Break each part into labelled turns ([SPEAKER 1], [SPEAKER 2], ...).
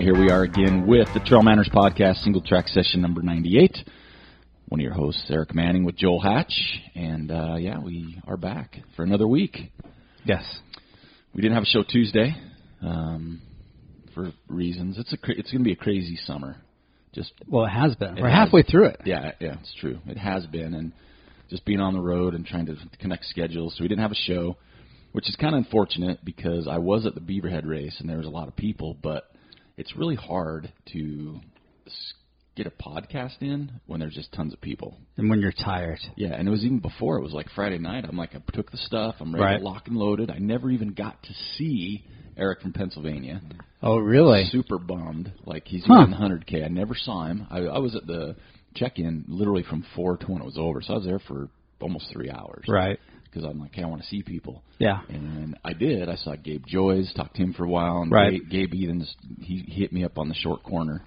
[SPEAKER 1] here we are again with the Trail Manners Podcast, single track session number 98. One of your hosts, Eric Manning, with Joel Hatch. And uh, yeah, we are back for another week.
[SPEAKER 2] Yes.
[SPEAKER 1] We didn't have a show Tuesday um, for reasons. It's a cra- it's going to be a crazy summer. Just
[SPEAKER 2] Well, it has been.
[SPEAKER 1] It
[SPEAKER 2] We're
[SPEAKER 1] has.
[SPEAKER 2] halfway through it.
[SPEAKER 1] yeah, yeah, it's true. It has been, and just being on the road and trying to connect schedules. So we didn't have a show, which is kind of unfortunate because I was at the Beaverhead race and there was a lot of people, but it's really hard to s- get a podcast in when there's just tons of people.
[SPEAKER 2] And when you're tired.
[SPEAKER 1] Yeah, and it was even before. It was like Friday night. I'm like, I took the stuff. I'm ready,
[SPEAKER 2] Right.
[SPEAKER 1] to lock and loaded. I never even got to see Eric from Pennsylvania.
[SPEAKER 2] Oh, really?
[SPEAKER 1] Super bummed. Like he's
[SPEAKER 2] Huh.
[SPEAKER 1] in 100k. I never saw him. I, I was at the check-in literally from four to when it was over, so I was there for almost three hours.
[SPEAKER 2] Right.
[SPEAKER 1] Because I'm like, hey, I want to see people.
[SPEAKER 2] Yeah.
[SPEAKER 1] And I did. I saw Gabe Joyce. Talked to him for a while. And
[SPEAKER 2] Right.
[SPEAKER 1] Gabe, Gabe Edens, he hit me up on the short corner.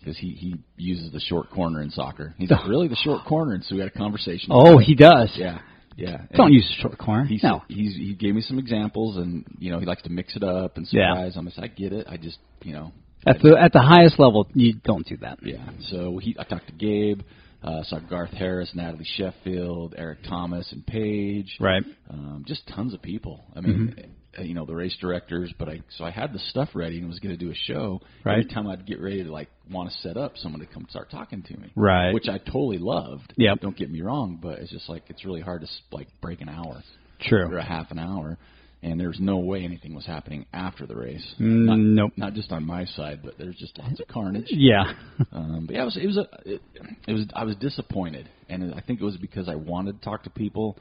[SPEAKER 1] Because he, he uses the short corner in soccer. He's like, really? The short corner? And so we had a conversation.
[SPEAKER 2] Oh, he does.
[SPEAKER 1] Yeah, yeah.
[SPEAKER 2] Don't
[SPEAKER 1] And
[SPEAKER 2] use short corner.
[SPEAKER 1] He's,
[SPEAKER 2] No.
[SPEAKER 1] he's he gave me some examples, and you know he likes to mix it up and
[SPEAKER 2] Yeah.
[SPEAKER 1] surprise. I'm just, I get it. I just you know. I-
[SPEAKER 2] At the at the highest level, you don't do that.
[SPEAKER 1] yeah. So he, I talked to Gabe. Uh, saw Garth Harris, Natalie Sheffield, Eric Thomas, and Paige.
[SPEAKER 2] Right. Mm-hmm.
[SPEAKER 1] Um, just tons of people. I mean, uh you know, the race directors. But I so I had the stuff ready and was going to do a show.
[SPEAKER 2] Right.
[SPEAKER 1] Every time I'd get ready to like want to set up, someone to come start talking to me.
[SPEAKER 2] Right.
[SPEAKER 1] Which I totally loved.
[SPEAKER 2] Yep.
[SPEAKER 1] Don't get me wrong, but it's just like it's really hard to s- like break an hour for
[SPEAKER 2] True.
[SPEAKER 1] a half an hour, and there's no way anything was happening after the race.
[SPEAKER 2] Mm,
[SPEAKER 1] Not,
[SPEAKER 2] nope.
[SPEAKER 1] not just on my side, but there's just lots of carnage.
[SPEAKER 2] Yeah.
[SPEAKER 1] Um, but yeah, it was it was a, it, it was I was disappointed, and I think it was because I wanted to talk to people.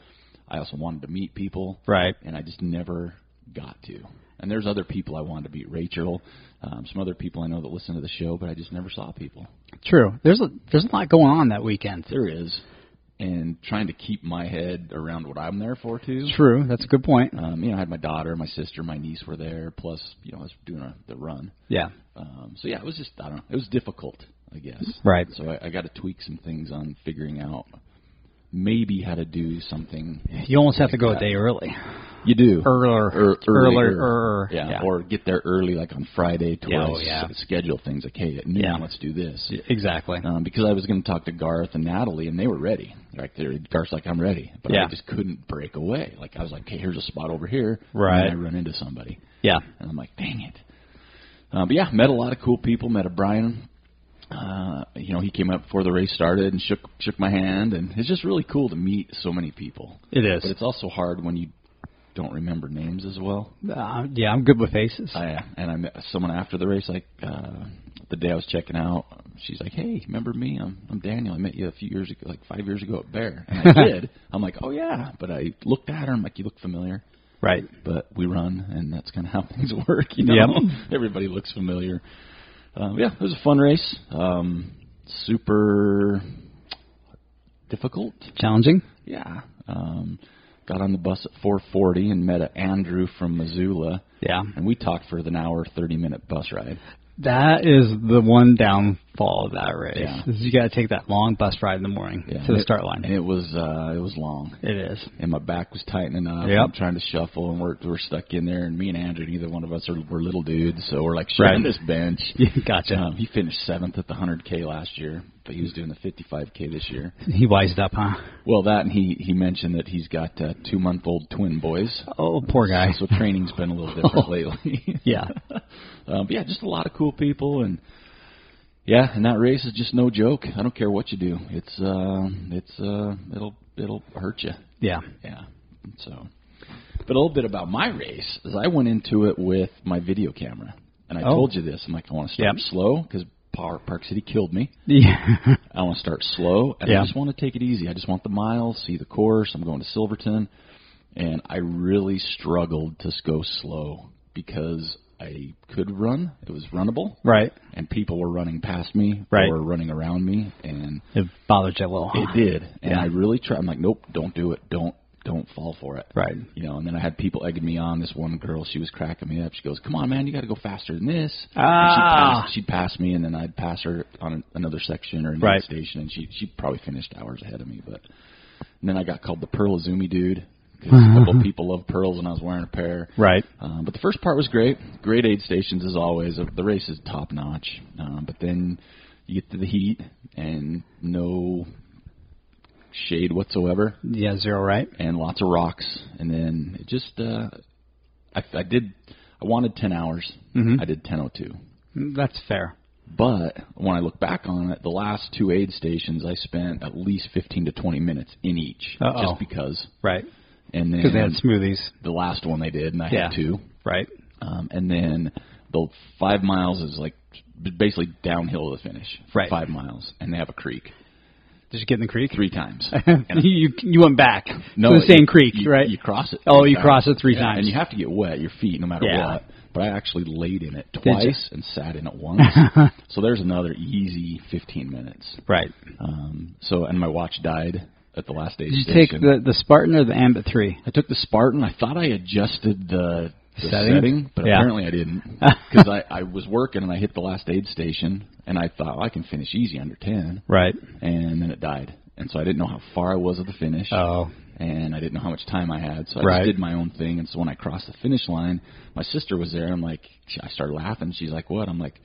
[SPEAKER 1] I also wanted to meet people,
[SPEAKER 2] Right.
[SPEAKER 1] and I just never got to. And there's other people I wanted to meet, Rachel, um, some other people I know that listen to the show, but I just never saw people.
[SPEAKER 2] True. There's a there's a lot going on that weekend.
[SPEAKER 1] There is, and trying to keep my head around what I'm there for too.
[SPEAKER 2] True. That's a good point.
[SPEAKER 1] Um, you know, I had my daughter, my sister, my niece were there. Plus, you know, I was doing a, the run.
[SPEAKER 2] Yeah.
[SPEAKER 1] Um, so yeah, it was just I don't know. It was difficult, I guess.
[SPEAKER 2] Right.
[SPEAKER 1] So I, I got to tweak some things on figuring out maybe how to do something.
[SPEAKER 2] You almost have to go a day early.
[SPEAKER 1] You do
[SPEAKER 2] Earlier.
[SPEAKER 1] Er-
[SPEAKER 2] Earlier.
[SPEAKER 1] earlier.
[SPEAKER 2] er,
[SPEAKER 1] yeah.
[SPEAKER 2] yeah.
[SPEAKER 1] Or get there early, like on Friday, to where
[SPEAKER 2] Yeah,
[SPEAKER 1] I
[SPEAKER 2] oh, yeah.
[SPEAKER 1] s- schedule things like, hey, at noon,
[SPEAKER 2] Yeah.
[SPEAKER 1] let's do this.
[SPEAKER 2] Exactly.
[SPEAKER 1] Um, because I was going to talk to Garth and Natalie, and they were ready. Like, they're, Garth's like, I'm ready, but I
[SPEAKER 2] Yeah.
[SPEAKER 1] just couldn't break away. Like, I was like, hey, here's a spot over here,
[SPEAKER 2] Right.
[SPEAKER 1] And then I run into somebody.
[SPEAKER 2] Yeah.
[SPEAKER 1] And I'm like, dang it. Uh, but yeah, met a lot of cool people. Met a Brian. Uh, you know, he came up before the race started and shook shook my hand, and it's just really cool to meet so many people.
[SPEAKER 2] It
[SPEAKER 1] But
[SPEAKER 2] is.
[SPEAKER 1] it's also hard when you don't remember names as well.
[SPEAKER 2] Uh, yeah, I'm good with faces.
[SPEAKER 1] I, and I met someone after the race, like uh, the day I was checking out. She's like, "Hey, remember me? I'm I'm Daniel. I met you a few years ago, like five years ago at Bear." And I did. I'm like, "Oh yeah," but I looked at her. I'm like, "You look familiar."
[SPEAKER 2] Right.
[SPEAKER 1] but we run, and that's kind of how things work. You know,
[SPEAKER 2] Yep.
[SPEAKER 1] everybody looks familiar. Um, yeah, it was a fun race. Um, super difficult.
[SPEAKER 2] Challenging.
[SPEAKER 1] Yeah. Um, got on the bus at 4:40 and met a Andrew from Missoula,
[SPEAKER 2] Yeah.
[SPEAKER 1] and we talked for an hour, 30 minute bus ride.
[SPEAKER 2] That is the one downfall of that race.
[SPEAKER 1] Yeah.
[SPEAKER 2] Is you got to take that long bus ride in the morning
[SPEAKER 1] Yeah.
[SPEAKER 2] to the
[SPEAKER 1] It-
[SPEAKER 2] start line.
[SPEAKER 1] And it was uh, it was long.
[SPEAKER 2] it is.
[SPEAKER 1] and my back was tightening up.
[SPEAKER 2] Yep.
[SPEAKER 1] I'm trying to shuffle, and we're we're stuck in there. And me and Andrew, neither one of us are we're little dudes, so we're like sharing
[SPEAKER 2] Right.
[SPEAKER 1] this bench.
[SPEAKER 2] gotcha.
[SPEAKER 1] Um, he finished seventh at the 100K last year, but he was doing the 55K this year.
[SPEAKER 2] He wised up, huh?
[SPEAKER 1] Well, that and he he mentioned that he's got uh, two month old twin boys.
[SPEAKER 2] Oh, poor guy.
[SPEAKER 1] So training's been a little different lately.
[SPEAKER 2] Yeah.
[SPEAKER 1] um, but yeah, just a lot of cool people and. Yeah, and that race is just no joke. I don't care what you do. It's uh it's uh it'll it'll hurt you.
[SPEAKER 2] Yeah.
[SPEAKER 1] Yeah. So, but a little bit about my race is I went into it with my video camera, and I
[SPEAKER 2] Oh.
[SPEAKER 1] told you this. I'm like, I want to start
[SPEAKER 2] Yep.
[SPEAKER 1] slow because Park, Park City killed me.
[SPEAKER 2] Yeah.
[SPEAKER 1] I want to start slow, and I
[SPEAKER 2] Yeah.
[SPEAKER 1] just want to take it easy. I just want the miles, see the course. I'm going to Silverton, and I really struggled to go slow because I could run. It was runnable,
[SPEAKER 2] right.
[SPEAKER 1] and people were running past me
[SPEAKER 2] Right.
[SPEAKER 1] or running around me, and
[SPEAKER 2] It bothered you a little.
[SPEAKER 1] it did. And
[SPEAKER 2] Yeah.
[SPEAKER 1] I really tried. I'm like, nope, don't do it. Don't don't fall for it.
[SPEAKER 2] Right.
[SPEAKER 1] You know, and then I had people egging me on. This one girl, she was cracking me up. She goes, "Come on, man, you got to go faster than this."
[SPEAKER 2] Ah.
[SPEAKER 1] And she'd, pass, she'd pass me, and then I'd pass her on an- another section or another
[SPEAKER 2] Right.
[SPEAKER 1] station, and she she probably finished hours ahead of me. But and then I got called the Pearl Azumi dude 'cause a couple of people love pearls, and I was wearing a pair.
[SPEAKER 2] Mm-hmm. Right.
[SPEAKER 1] Um, but the first part was great. Great aid stations as always. Uh, The race is top notch. Um, but then you get to the heat and no shade whatsoever,
[SPEAKER 2] Yeah, zero right.
[SPEAKER 1] and lots of rocks. And then it just uh, I, I did. I wanted ten hours.
[SPEAKER 2] Mhm.
[SPEAKER 1] I did ten oh two.
[SPEAKER 2] That's fair.
[SPEAKER 1] But when I look back on it, the last two aid stations I spent at least fifteen to twenty minutes in each,
[SPEAKER 2] Uh-oh.
[SPEAKER 1] just because.
[SPEAKER 2] Right.
[SPEAKER 1] And
[SPEAKER 2] Because they had
[SPEAKER 1] then
[SPEAKER 2] smoothies.
[SPEAKER 1] the last one they did, and I
[SPEAKER 2] Yeah.
[SPEAKER 1] had two.
[SPEAKER 2] Right.
[SPEAKER 1] Um, and then the five miles is like basically downhill to the finish. for
[SPEAKER 2] Right.
[SPEAKER 1] Five miles, and they have a creek
[SPEAKER 2] Did you get in the creek?
[SPEAKER 1] three times.
[SPEAKER 2] you you went back to the same
[SPEAKER 1] you-
[SPEAKER 2] creek,
[SPEAKER 1] you-
[SPEAKER 2] right?
[SPEAKER 1] You cross it.
[SPEAKER 2] Oh,
[SPEAKER 1] three
[SPEAKER 2] you
[SPEAKER 1] times.
[SPEAKER 2] cross it three
[SPEAKER 1] Yeah,
[SPEAKER 2] times.
[SPEAKER 1] and you have to get wet your feet no matter
[SPEAKER 2] Yeah.
[SPEAKER 1] what. But I actually laid in it
[SPEAKER 2] you?
[SPEAKER 1] twice and sat in it once. so there's another easy 15 minutes.
[SPEAKER 2] right.
[SPEAKER 1] Um, so and my watch died at the last aid
[SPEAKER 2] Did you take
[SPEAKER 1] station.
[SPEAKER 2] the the Spartan or the Ambit three?
[SPEAKER 1] I took the Spartan. I thought I adjusted the, the
[SPEAKER 2] Setting?
[SPEAKER 1] setting? but
[SPEAKER 2] Yeah.
[SPEAKER 1] apparently I didn't because I, I was working and I hit the last aid station and I thought "Oh, I can finish easy under ten,
[SPEAKER 2] Right.
[SPEAKER 1] and then it died. And so I didn't know how far I was at the finish,
[SPEAKER 2] Oh.
[SPEAKER 1] and I didn't know how much time I had. So I
[SPEAKER 2] Right.
[SPEAKER 1] just did my own thing. And so when I crossed the finish line, my sister was there. I'm like, she- I started laughing. She's like, "What?" I'm like,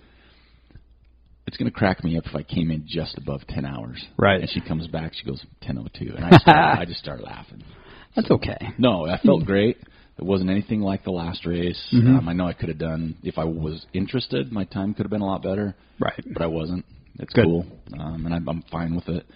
[SPEAKER 1] "It's gonna crack me up if I came in just above ten hours."
[SPEAKER 2] Right.
[SPEAKER 1] And she comes back. She goes, "10:02," and I started, I just started laughing.
[SPEAKER 2] That's okay.
[SPEAKER 1] No, I felt great. It wasn't anything like the last race.
[SPEAKER 2] Mm-hmm.
[SPEAKER 1] Um, I know I could have done if I was interested. My time could have been a lot better,
[SPEAKER 2] Right.
[SPEAKER 1] but I wasn't. It's
[SPEAKER 2] Good.
[SPEAKER 1] cool, um, and I'm, I'm fine with it.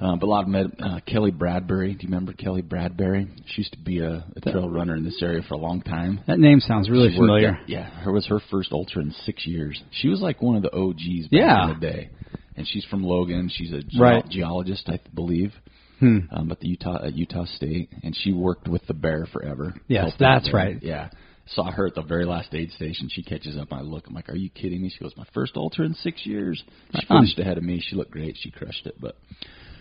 [SPEAKER 1] Uh, but a lot of med, uh, Kelly Bradbury. Do you remember Kelly Bradbury? She used to be a, a trail runner in this area for a long time.
[SPEAKER 2] That name sounds really
[SPEAKER 1] She worked
[SPEAKER 2] familiar.
[SPEAKER 1] at- yeah, her was her first ultra in six years. She was like one of the OGs back
[SPEAKER 2] Yeah.
[SPEAKER 1] in the day, and she's from Logan. She's a ge-
[SPEAKER 2] Right.
[SPEAKER 1] geologist, I believe
[SPEAKER 2] Hmm.
[SPEAKER 1] um, at the Utah at Utah State, and she worked with the bear forever.
[SPEAKER 2] Yes,
[SPEAKER 1] Helped
[SPEAKER 2] that's
[SPEAKER 1] out there.
[SPEAKER 2] right.
[SPEAKER 1] Yeah, saw her at the very last aid station. She catches up. I look. I'm like, "Are you kidding me?" She goes, "My first ultra in six years." She
[SPEAKER 2] Right on.
[SPEAKER 1] finished ahead of me. She looked great. She crushed it. But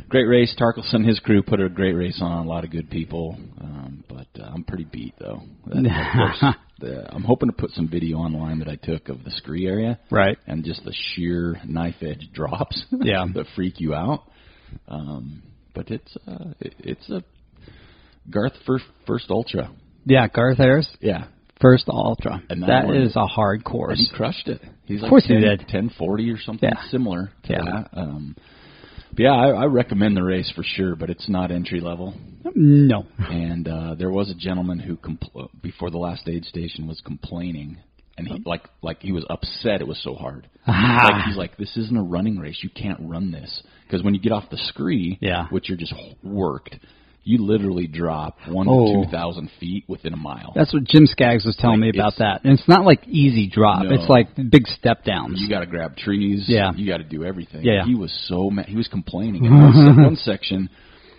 [SPEAKER 1] great race. Tarkelson and his crew put a great race on. A lot of good people. Um, but uh, I'm pretty beat though. That- that course, the, I'm hoping to put some video online that I took of the scree area
[SPEAKER 2] Right.
[SPEAKER 1] and just the sheer knife edge drops
[SPEAKER 2] Yeah.
[SPEAKER 1] that freak you out. Um, but it's uh, it, it's a Garth first first ultra.
[SPEAKER 2] Yeah, Garth Harris,
[SPEAKER 1] Yeah,
[SPEAKER 2] first ultra.
[SPEAKER 1] And that
[SPEAKER 2] That
[SPEAKER 1] one-
[SPEAKER 2] is a hard course.
[SPEAKER 1] and he crushed it. He's
[SPEAKER 2] Of course he
[SPEAKER 1] like 10,
[SPEAKER 2] did.
[SPEAKER 1] ten forty or something
[SPEAKER 2] Yeah.
[SPEAKER 1] similar. To
[SPEAKER 2] Yeah.
[SPEAKER 1] that. Um, but yeah, I, I recommend the race for sure, but it's not entry level.
[SPEAKER 2] No.
[SPEAKER 1] And uh, there was a gentleman who compl- before the last aid station was complaining. And
[SPEAKER 2] Oh.
[SPEAKER 1] he like like he was upset it was so hard.
[SPEAKER 2] Ah.
[SPEAKER 1] Like he's like, this isn't a running race. You can't run this because when you get off the scree,
[SPEAKER 2] Yeah.
[SPEAKER 1] which you're just worked, you literally drop one
[SPEAKER 2] Oh.
[SPEAKER 1] to two thousand feet within a mile.
[SPEAKER 2] That's what Jim Skaggs was telling
[SPEAKER 1] Like,
[SPEAKER 2] me about
[SPEAKER 1] it's-
[SPEAKER 2] that. And it's not like easy drop.
[SPEAKER 1] No.
[SPEAKER 2] It's like big step downs.
[SPEAKER 1] you got to grab trees.
[SPEAKER 2] Yeah.
[SPEAKER 1] You got to do everything.
[SPEAKER 2] Yeah, yeah.
[SPEAKER 1] He was so mad. He was complaining. In one, se- one section,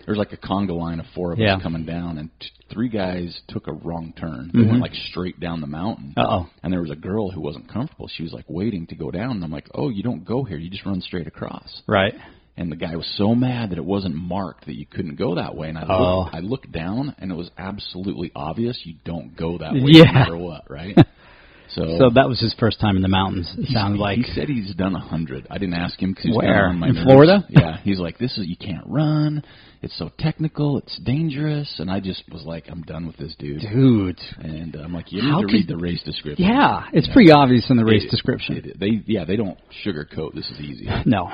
[SPEAKER 1] there's like a conga line of four of
[SPEAKER 2] Yeah.
[SPEAKER 1] us coming down, and t- three guys took a wrong turn.
[SPEAKER 2] Mm-hmm.
[SPEAKER 1] They went like straight down the mountain.
[SPEAKER 2] Uh-oh.
[SPEAKER 1] And there was a girl who wasn't comfortable. She was like waiting to go down. And I'm like, oh, you don't go here. You just run straight across.
[SPEAKER 2] Right.
[SPEAKER 1] And the guy was so mad that it wasn't marked that you couldn't go that way. And I
[SPEAKER 2] Oh.
[SPEAKER 1] looked, I looked down, and it was absolutely obvious you don't go that way
[SPEAKER 2] Yeah.
[SPEAKER 1] no matter what, right? So,
[SPEAKER 2] So that was his first time in the mountains. It
[SPEAKER 1] he-
[SPEAKER 2] sounded like
[SPEAKER 1] he said he's done a hundred. I didn't ask him because he's
[SPEAKER 2] Where?
[SPEAKER 1] on my
[SPEAKER 2] In
[SPEAKER 1] nerves.
[SPEAKER 2] Florida?
[SPEAKER 1] Yeah, he's like, this is you can't run. It's so technical. It's dangerous. And I just was like, I'm done with this dude.
[SPEAKER 2] dude.
[SPEAKER 1] And uh, I'm like, you need
[SPEAKER 2] How
[SPEAKER 1] to
[SPEAKER 2] can-
[SPEAKER 1] read the race description.
[SPEAKER 2] Yeah, it's pretty obvious in the race
[SPEAKER 1] It-
[SPEAKER 2] description.
[SPEAKER 1] it- they yeah they don't sugarcoat. This is easy.
[SPEAKER 2] No.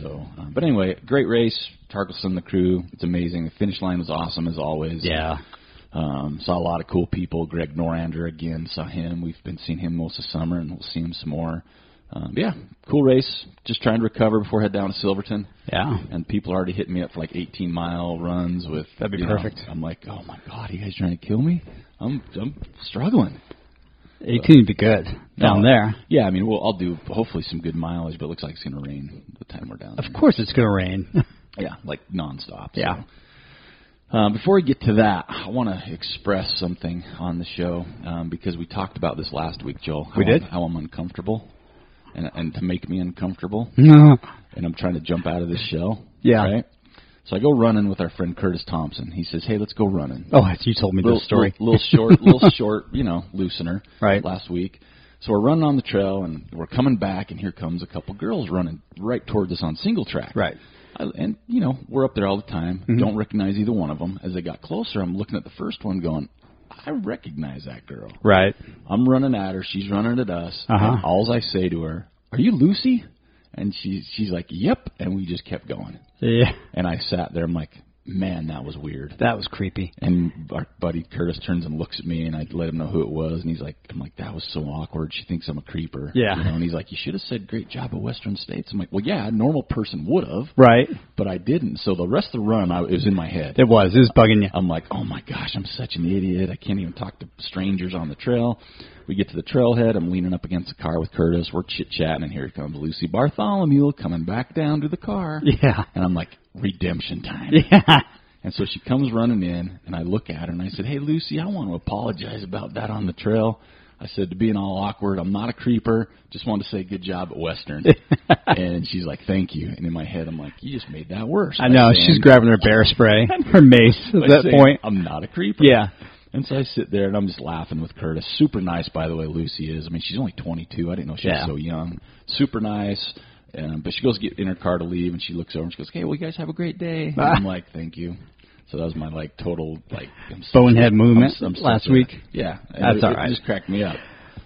[SPEAKER 1] So, um, but anyway, great race. Tarkelson, the crew, it's amazing. The finish line was awesome as always.
[SPEAKER 2] Yeah.
[SPEAKER 1] Um, saw a lot of cool people. Greg Norander again. Saw him. We've been seeing him most of summer, and we'll see him some more. Um, yeah, cool race. Just trying to recover before I head down to Silverton.
[SPEAKER 2] Yeah.
[SPEAKER 1] And people are already hitting me up for like 18 mile runs with.
[SPEAKER 2] That'd be
[SPEAKER 1] you know,
[SPEAKER 2] perfect.
[SPEAKER 1] I'm like, oh my god, you guys trying to kill me? I'm I'm struggling
[SPEAKER 2] 18 would be good
[SPEAKER 1] No,
[SPEAKER 2] down there.
[SPEAKER 1] Yeah, I mean, well, I'll do hopefully some good mileage, but it looks like it's gonna rain by the time we're down.
[SPEAKER 2] Of
[SPEAKER 1] there.
[SPEAKER 2] course it's going to rain.
[SPEAKER 1] Yeah, like nonstop. so.
[SPEAKER 2] Yeah.
[SPEAKER 1] Um, before we get to that, I want to express something on the show um, because we talked about this last week, Joel. How
[SPEAKER 2] We did?
[SPEAKER 1] I'm, how I'm uncomfortable, and and to make me uncomfortable, and I'm trying to jump out of this shell.
[SPEAKER 2] Yeah.
[SPEAKER 1] Right. So I go running with our friend Curtis Thompson. He says, "Hey, let's go running."
[SPEAKER 2] oh, you told me
[SPEAKER 1] little
[SPEAKER 2] this story.
[SPEAKER 1] Little, little short, little short, you know, loosener.
[SPEAKER 2] Right.
[SPEAKER 1] Last week, so we're running on the trail and we're coming back, and here comes a couple girls running right towards us on single track.
[SPEAKER 2] Right. Mm-hmm.
[SPEAKER 1] I, and you know we're up there all the time. Don't recognize either one of them. As they got closer, I'm looking at the first one, going, I recognize that girl.
[SPEAKER 2] Right.
[SPEAKER 1] I'm running at her. She's running at us.
[SPEAKER 2] Uh-huh.
[SPEAKER 1] And all I say to her, "Are you Lucy?" And she she's like, "Yep." And we just kept going.
[SPEAKER 2] Yeah.
[SPEAKER 1] And I sat there. I'm like, "Man, that was weird."
[SPEAKER 2] That was creepy.
[SPEAKER 1] And our buddy Curtis turns and looks at me, and I let him know who it was, and he's like, "I'm like, that was so awkward. She thinks I'm a creeper."
[SPEAKER 2] Yeah.
[SPEAKER 1] You know? And he's like, "You should have said great job at Western States." I'm like, "Well, yeah, a normal person would have,
[SPEAKER 2] Right.
[SPEAKER 1] but I didn't." So the rest of the run, I, it was in my head.
[SPEAKER 2] It was. It was bugging you.
[SPEAKER 1] I'm like, oh my gosh, I'm such an idiot. I can't even talk to strangers on the trail. We get to the trailhead. I'm leaning up against the car with Curtis. We're chit chatting, and here comes Lucy Bartholomew coming back down to the car.
[SPEAKER 2] Yeah.
[SPEAKER 1] And I'm like, redemption time.
[SPEAKER 2] Yeah.
[SPEAKER 1] And so she comes running in, and I look at her and I said, hey, Lucy, I want to apologize about that on the trail. I said, to being all awkward, I'm not a creeper. Just wanted to say good job at Western. and she's like, thank you. And in my head, I'm like, you just made that worse.
[SPEAKER 2] I
[SPEAKER 1] by
[SPEAKER 2] know.
[SPEAKER 1] saying-
[SPEAKER 2] She's grabbing her bear spray, her mace at
[SPEAKER 1] by
[SPEAKER 2] that
[SPEAKER 1] saying,
[SPEAKER 2] point.
[SPEAKER 1] I'm not a creeper.
[SPEAKER 2] Yeah.
[SPEAKER 1] And so I sit there and I'm just laughing with Curtis. Super nice, by the way, Lucy is. I mean, she's only 22. I didn't know she
[SPEAKER 2] Yeah.
[SPEAKER 1] was so young. Super nice. Um, but she goes to get in her car to leave and she looks over and she goes, "Hey, well, you guys have a great day." And I'm like, "Thank you." So that was my like total like I'm such
[SPEAKER 2] Bonehead
[SPEAKER 1] a- I'm
[SPEAKER 2] movement
[SPEAKER 1] s- I'm such
[SPEAKER 2] last
[SPEAKER 1] a-
[SPEAKER 2] week.
[SPEAKER 1] Yeah, And
[SPEAKER 2] That's
[SPEAKER 1] it,
[SPEAKER 2] all
[SPEAKER 1] it
[SPEAKER 2] right.
[SPEAKER 1] Just cracked me up.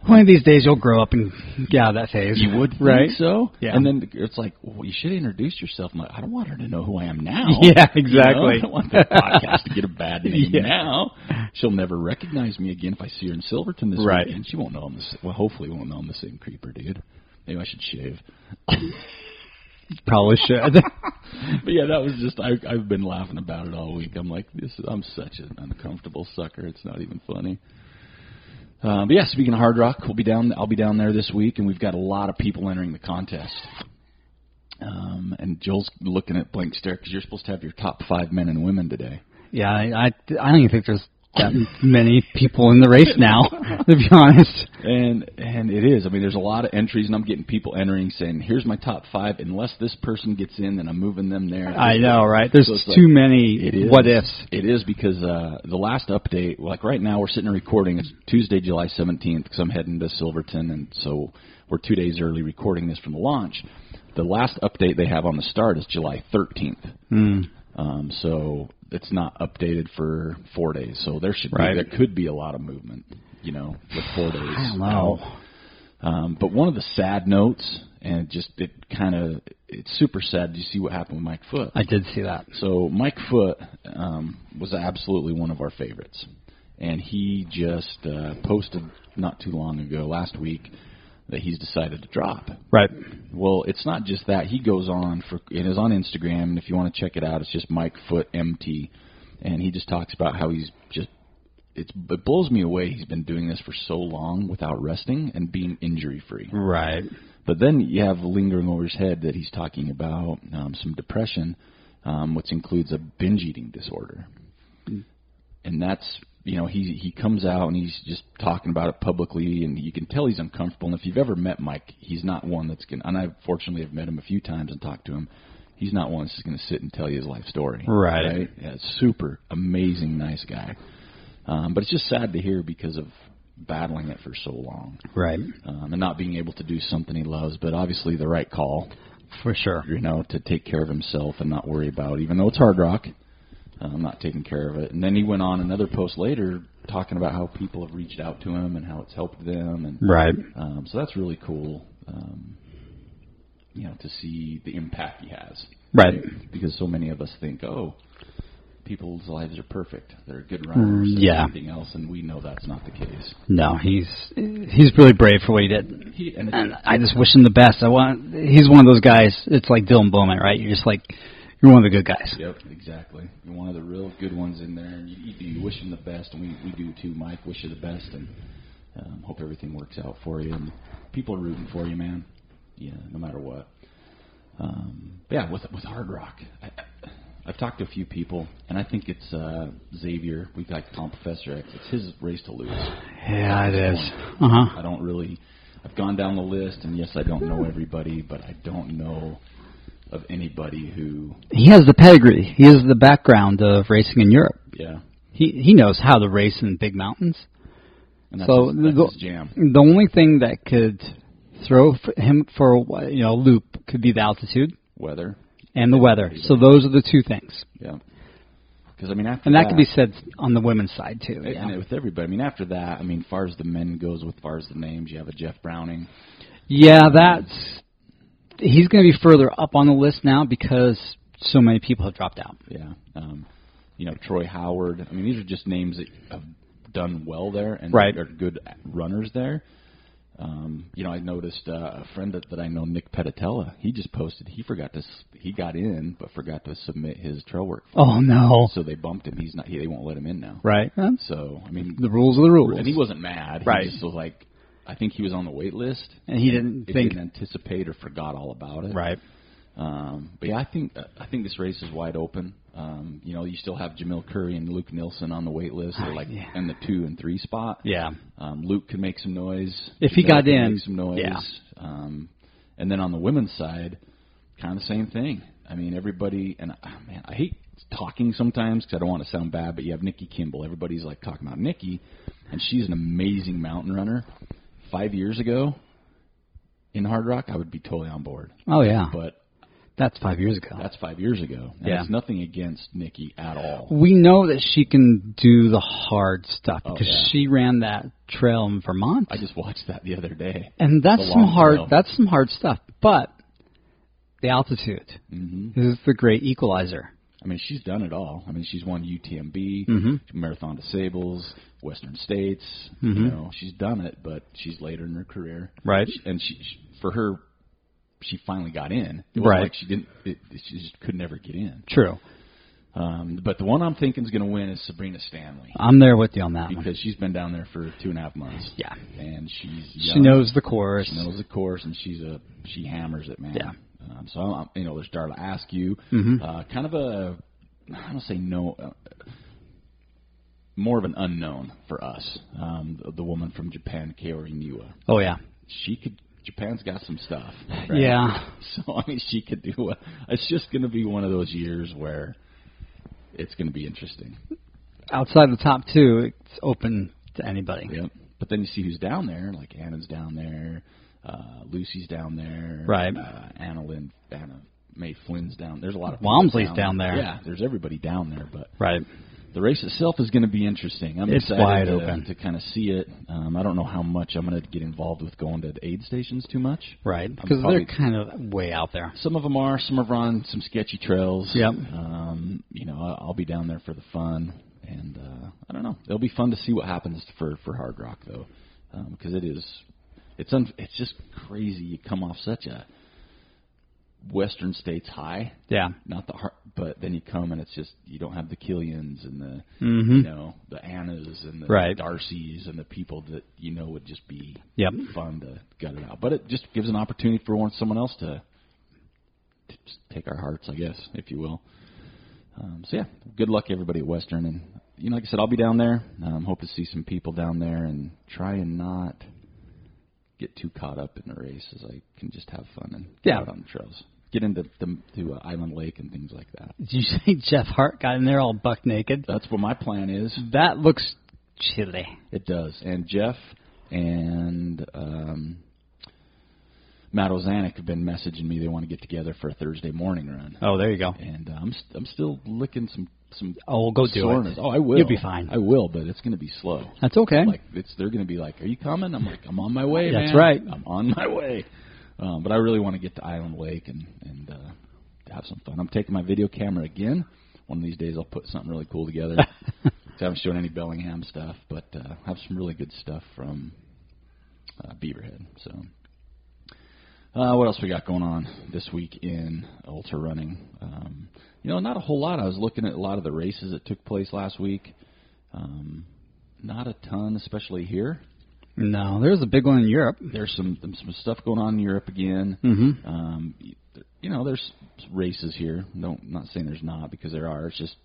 [SPEAKER 2] One of these days you'll grow up and get out of that phase.
[SPEAKER 1] You would think
[SPEAKER 2] right?
[SPEAKER 1] so.
[SPEAKER 2] Yeah.
[SPEAKER 1] And then it's like, well, you should introduce yourself. I'm like, I don't want her to know who I am now.
[SPEAKER 2] Yeah,
[SPEAKER 1] You know,
[SPEAKER 2] exactly.
[SPEAKER 1] I don't want the podcast to get a bad name
[SPEAKER 2] Yeah.
[SPEAKER 1] now. She'll never recognize me again if I see her in Silverton this
[SPEAKER 2] Right.
[SPEAKER 1] weekend. She won't know I'm the s well. Hopefully, won't know I'm the same creeper, dude. Maybe I should shave.
[SPEAKER 2] Probably should.
[SPEAKER 1] But yeah, that was just I, I've been laughing about it all week. I'm like, this I'm such an uncomfortable sucker. It's not even funny. Uh, but yeah, speaking of Hard Rock, we'll be down. I'll be down there this week, and we've got a lot of people entering the contest. Um, and Joel's looking at blank stare because you're supposed to have your top five men and women today.
[SPEAKER 2] yeah, I, I I don't even think there's that many people in the race now, to be honest.
[SPEAKER 1] And and it is. I mean, there's a lot of entries, and I'm getting people entering saying, "Here's my top five. Unless this person gets in, then I'm moving them there."
[SPEAKER 2] I know, right? There's
[SPEAKER 1] So it's like-
[SPEAKER 2] too many what ifs.
[SPEAKER 1] It is because uh, the last update, like right now, we're sitting and recording. It's Tuesday, July 17th, because I'm heading to Silverton, and so we're two days early recording this from the launch. The last update they have on the start is July 13th.
[SPEAKER 2] Hmm.
[SPEAKER 1] Um, so it's not updated for four days. So there should be,
[SPEAKER 2] Right.
[SPEAKER 1] there could be a lot of movement, you know, with four days.
[SPEAKER 2] I don't know.
[SPEAKER 1] out. Um, but one of the sad notes, and just it kind of it's super sad. Do you see what happened with Mike Foot?
[SPEAKER 2] I did see that.
[SPEAKER 1] So Mike Foote um, was absolutely one of our favorites, and he just uh, posted not too long ago, last week, that he's decided to drop.
[SPEAKER 2] Right.
[SPEAKER 1] Well, it's not just that. He goes on for it is on Instagram, and if you want to check it out, it's just Mike Foot MT, and he just talks about how he's just. It's, it blows me away. He's been doing this for so long without resting and being injury free.
[SPEAKER 2] Right.
[SPEAKER 1] But then you have lingering over his head that he's talking about um, some depression, um, which includes a binge eating disorder. And that's you know he he comes out and he's just talking about it publicly, and you can tell he's uncomfortable. And if you've ever met Mike, he's not one that's gonna. And I fortunately have met him a few times and talked to him. He's not one that's going to sit and tell you his life story.
[SPEAKER 2] Right.
[SPEAKER 1] Yeah, super amazing, nice guy. Um, but it's just sad to hear because of battling it for so long
[SPEAKER 2] Right.
[SPEAKER 1] um, and not being able to do something he loves, but obviously the right call,
[SPEAKER 2] For sure.
[SPEAKER 1] you know, to take care of himself and not worry about, even though it's hard rock, um, not taking care of it. And then he went on another post later talking about how people have reached out to him and how it's helped them, and
[SPEAKER 2] Right.
[SPEAKER 1] um, so that's really cool, um, you know, to see the impact he has.
[SPEAKER 2] Right.
[SPEAKER 1] Because so many of us think, oh. People's lives are perfect. They're good runners.
[SPEAKER 2] Mm,
[SPEAKER 1] they're
[SPEAKER 2] yeah.
[SPEAKER 1] Everything else, and we know that's not the case.
[SPEAKER 2] No, he's he's really brave for what he did.
[SPEAKER 1] He, and it's,
[SPEAKER 2] and I just wish him the best. I want. He's one of those guys. It's like Dylan Bowman, right? You're just like, you're one of the good guys.
[SPEAKER 1] Yep, exactly. You're one of the real good ones in there, and you, you do. You wish him the best, and we, we do too. Mike, wish you the best, and um, hope everything works out for you. And people are rooting for you, man. Yeah, no matter what. Um, but yeah, with with Hard Rock, I, I, I've talked to a few people, and I think it's uh, Xavier. We've got Tom Professor X. It's his race to lose.
[SPEAKER 2] Yeah, it is. Uh huh.
[SPEAKER 1] I don't really. I've gone down the list, and yes, I don't know everybody, but I don't know of anybody who.
[SPEAKER 2] He has the pedigree. He has the background of racing in Europe.
[SPEAKER 1] Yeah.
[SPEAKER 2] He he knows how to race in big mountains.
[SPEAKER 1] And that's
[SPEAKER 2] so
[SPEAKER 1] his,
[SPEAKER 2] the,
[SPEAKER 1] that's his jam.
[SPEAKER 2] the only thing that could throw f- him for a wh- you know loop could be the altitude
[SPEAKER 1] Weather.
[SPEAKER 2] and the weather. So those are the two things,
[SPEAKER 1] Yeah. Because I mean, after
[SPEAKER 2] and that could be said on the women's side too.
[SPEAKER 1] and- and
[SPEAKER 2] Yeah,
[SPEAKER 1] with everybody. I mean, after that, I mean, far as the men goes, with far as the names, you have a Jeff Browning.
[SPEAKER 2] yeah that's he's going to be further up on the list now because so many people have dropped out.
[SPEAKER 1] Yeah. Um, you know, Troy Howard. I mean, these are just names that have done well there and
[SPEAKER 2] Right.
[SPEAKER 1] are good runners there. Um, you know, I noticed uh, a friend that, that I know, Nick Petitella. He just posted he forgot to s- he got in but forgot to submit his trail work.
[SPEAKER 2] Oh no!
[SPEAKER 1] So they bumped him. He's not. He, they won't let him in now.
[SPEAKER 2] Right. That's
[SPEAKER 1] So I mean,
[SPEAKER 2] the rules are the rules.
[SPEAKER 1] and he wasn't mad.
[SPEAKER 2] Right.
[SPEAKER 1] He just was like, I think he was on the wait list.
[SPEAKER 2] And he didn't
[SPEAKER 1] He
[SPEAKER 2] think
[SPEAKER 1] didn't anticipate or forgot all about it.
[SPEAKER 2] right.
[SPEAKER 1] Um, but yeah, I think I think this race is wide open. Um, you know, you still have Jamil Curry and Luke Nilson on the wait list, or like
[SPEAKER 2] Ah, Yeah.
[SPEAKER 1] in the two and three spot.
[SPEAKER 2] Yeah.
[SPEAKER 1] Um, Luke can make some noise
[SPEAKER 2] If he
[SPEAKER 1] Jamil
[SPEAKER 2] got
[SPEAKER 1] can
[SPEAKER 2] in,
[SPEAKER 1] Make some noise.
[SPEAKER 2] yeah.
[SPEAKER 1] Um, and then on the women's side, kind of same thing. I mean, everybody and oh, man, I hate talking sometimes because I don't want to sound bad, but you have Nikki Kimball. Everybody's like talking about Nikki, and she's an amazing mountain runner. Five years ago, in Hard Rock, I would be totally on board,
[SPEAKER 2] Oh yeah.
[SPEAKER 1] but
[SPEAKER 2] That's five years ago.
[SPEAKER 1] that's five years ago. And
[SPEAKER 2] Yeah.
[SPEAKER 1] It's nothing against Nikki at all.
[SPEAKER 2] We know that she can do the hard stuff
[SPEAKER 1] Oh,
[SPEAKER 2] because
[SPEAKER 1] yeah.
[SPEAKER 2] she ran that trail in Vermont,
[SPEAKER 1] I just watched that the other day.
[SPEAKER 2] and that's
[SPEAKER 1] the
[SPEAKER 2] some
[SPEAKER 1] long
[SPEAKER 2] hard.
[SPEAKER 1] trail.
[SPEAKER 2] That's some hard stuff. But the altitude
[SPEAKER 1] hmm
[SPEAKER 2] this is the great equalizer.
[SPEAKER 1] I mean, she's done it all. I mean, she's won UTMB,
[SPEAKER 2] Mhm.
[SPEAKER 1] Marathon Disables, Western States. You
[SPEAKER 2] Mhm.
[SPEAKER 1] know, she's done it, but she's later in her career.
[SPEAKER 2] Right.
[SPEAKER 1] She- And she, she for her, she finally got in. It wasn't
[SPEAKER 2] Right.
[SPEAKER 1] Like she didn't. It, she just could never get in.
[SPEAKER 2] True.
[SPEAKER 1] Um, but the one I'm thinking is going to win is Sabrina Stanley
[SPEAKER 2] I'm there with you on that one.
[SPEAKER 1] because she's been down there for two and a half months.
[SPEAKER 2] Uh-huh. Yeah.
[SPEAKER 1] And she's
[SPEAKER 2] She
[SPEAKER 1] young.
[SPEAKER 2] knows the course.
[SPEAKER 1] She knows the course, and she's a she hammers it, man.
[SPEAKER 2] Yeah.
[SPEAKER 1] Um, so I'm, you know, there's Darla Askew,
[SPEAKER 2] Mhm.
[SPEAKER 1] uh, kind of a I don't say no, uh, more of an unknown for us. Um, the, the woman from Japan, Kaori Niwa,
[SPEAKER 2] Oh yeah.
[SPEAKER 1] she could. Japan's got some stuff. right?
[SPEAKER 2] Yeah.
[SPEAKER 1] So I mean, she could do. A, it's just going to be one of those years where it's going to be interesting.
[SPEAKER 2] Outside the top two, it's open to anybody.
[SPEAKER 1] Yep. But then you see who's down there, like Anna's down there, uh, Lucy's down there,
[SPEAKER 2] Right.
[SPEAKER 1] Uh, Anna Lynn, Anna May Flynn's down. There's a lot of
[SPEAKER 2] Walmsley's
[SPEAKER 1] people
[SPEAKER 2] down there.
[SPEAKER 1] Yeah, there's everybody down there, but
[SPEAKER 2] Right.
[SPEAKER 1] the race itself is going to be interesting. I'm
[SPEAKER 2] It's
[SPEAKER 1] excited
[SPEAKER 2] wide
[SPEAKER 1] to,
[SPEAKER 2] open.
[SPEAKER 1] to kind of see it. Um, I don't know how much I'm going to get involved with going to the aid stations too much.
[SPEAKER 2] Right.
[SPEAKER 1] I'm
[SPEAKER 2] Because
[SPEAKER 1] probably-
[SPEAKER 2] they're kind of way out there.
[SPEAKER 1] Some of them are. Some are on some sketchy trails.
[SPEAKER 2] Yep.
[SPEAKER 1] Um, you know, I- I'll be down there for the fun, and uh, I don't know. It'll be fun to see what happens for for Hard Rock though, because it is, it's un, it's just crazy. You come off such a Western States high,
[SPEAKER 2] Yeah.
[SPEAKER 1] not the hard, but then you come and it's just you don't have the Killians and the
[SPEAKER 2] Mm-hmm.
[SPEAKER 1] you know the Annas and the
[SPEAKER 2] Right.
[SPEAKER 1] Darcys and the people that you know would just be
[SPEAKER 2] Yep.
[SPEAKER 1] fun to gut it out. But it just gives an opportunity for one someone else to, to just take our hearts, I guess, if you will. Um, so yeah, good luck everybody at Western, and you know, like I said, I'll be down there. Um, hope to see some people down there, and try and not get too caught up in the race, as I can just have fun and get
[SPEAKER 2] Yeah.
[SPEAKER 1] out on the trails, get into the, to uh, Island Lake and things like that.
[SPEAKER 2] Did you say Jeff Hart got in there all buck naked?
[SPEAKER 1] That's what my plan is.
[SPEAKER 2] That looks chilly.
[SPEAKER 1] It does. And Jeff and um, Matt Ozanek have been messaging me. They want to get together for a Thursday morning run.
[SPEAKER 2] Oh, there you go.
[SPEAKER 1] And uh, I'm st- I'm still licking some some
[SPEAKER 2] Oh, well, go do
[SPEAKER 1] soreness.
[SPEAKER 2] it.
[SPEAKER 1] Oh, I will.
[SPEAKER 2] You'll be fine.
[SPEAKER 1] I will, but it's going to be slow.
[SPEAKER 2] That's okay.
[SPEAKER 1] Like it's they're going to be like, "Are you coming?" I'm like, "I'm on my way."
[SPEAKER 2] That's
[SPEAKER 1] man.
[SPEAKER 2] right.
[SPEAKER 1] I'm on my way. Um, but I really want to get to Island Lake and and uh, have some fun. I'm taking my video camera again. One of these days, I'll put something really cool together. so I haven't shown any Bellingham stuff, but uh, have some really good stuff from uh, Beaverhead. So, uh, what else we got going on this week in ultra running? Um, you know, not a whole lot. I was looking at a lot of the races that took place last week. Um, not a ton, especially here.
[SPEAKER 2] no, there's a big one in Europe.
[SPEAKER 1] There's some some stuff going on in Europe again.
[SPEAKER 2] Mm-hmm.
[SPEAKER 1] Um, you know, there's races here. No, I'm not saying there's not because there are. It's just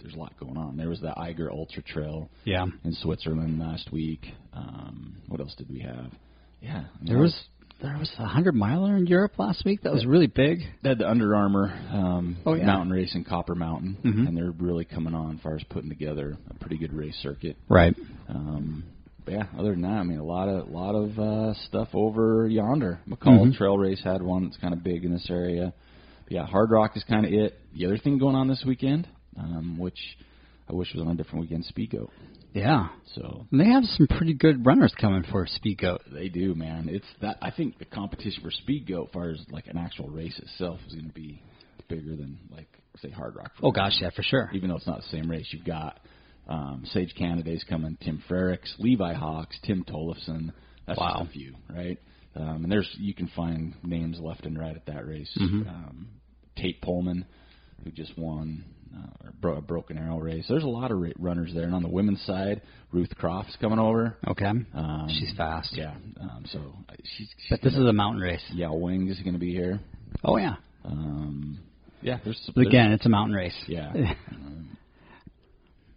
[SPEAKER 1] there's a lot going on. There was the Eiger Ultra Trail
[SPEAKER 2] Yeah,
[SPEAKER 1] in Switzerland last week. Um, what else did we have? Yeah, I mean,
[SPEAKER 2] there was there was a hundred miler in Europe last week. That was really big.
[SPEAKER 1] They had the Under Armour um,
[SPEAKER 2] Oh, yeah.
[SPEAKER 1] mountain race in Copper Mountain,
[SPEAKER 2] Mhm.
[SPEAKER 1] and they're really coming on as far as putting together a pretty good race circuit.
[SPEAKER 2] Right.
[SPEAKER 1] Um, but yeah, other than that, I mean, a lot of lot of uh, stuff over yonder. McCall
[SPEAKER 2] Mhm.
[SPEAKER 1] Trail Race had one that's kind of big in this area. But yeah, Hard Rock is kind of it. The other thing going on this weekend, um, which I wish was on a different weekend, Speedgoat.
[SPEAKER 2] Yeah.
[SPEAKER 1] So
[SPEAKER 2] And they have some pretty good runners coming for Speed Goat.
[SPEAKER 1] they do, man. It's that I think the competition for Speedgoat, as far as like an actual race itself, is going to be bigger than like say Hard Rock.
[SPEAKER 2] Oh gosh, yeah, for sure.
[SPEAKER 1] even though it's not the same race. You've got um, Sage Canada's coming, Tim Frericks, Levi Hawks, Tim Tollefson. That's
[SPEAKER 2] Wow.
[SPEAKER 1] just a few, right? Um, and there's you can find names left and right at that race.
[SPEAKER 2] Mhm.
[SPEAKER 1] Um, Tate Pullman, who just won uh, or bro- a broken arrow race. There's a lot of ra- runners there. And on the women's side, Ruth Croft's coming over.
[SPEAKER 2] Okay.
[SPEAKER 1] Um,
[SPEAKER 2] She's fast.
[SPEAKER 1] Yeah. Um, so uh, she's. she's
[SPEAKER 2] But this is
[SPEAKER 1] gonna,
[SPEAKER 2] a mountain race.
[SPEAKER 1] yeah. Wing is going to be here.
[SPEAKER 2] Oh yeah.
[SPEAKER 1] Um, yeah. There's
[SPEAKER 2] But
[SPEAKER 1] there's-
[SPEAKER 2] again, it's a mountain race.
[SPEAKER 1] yeah. Um,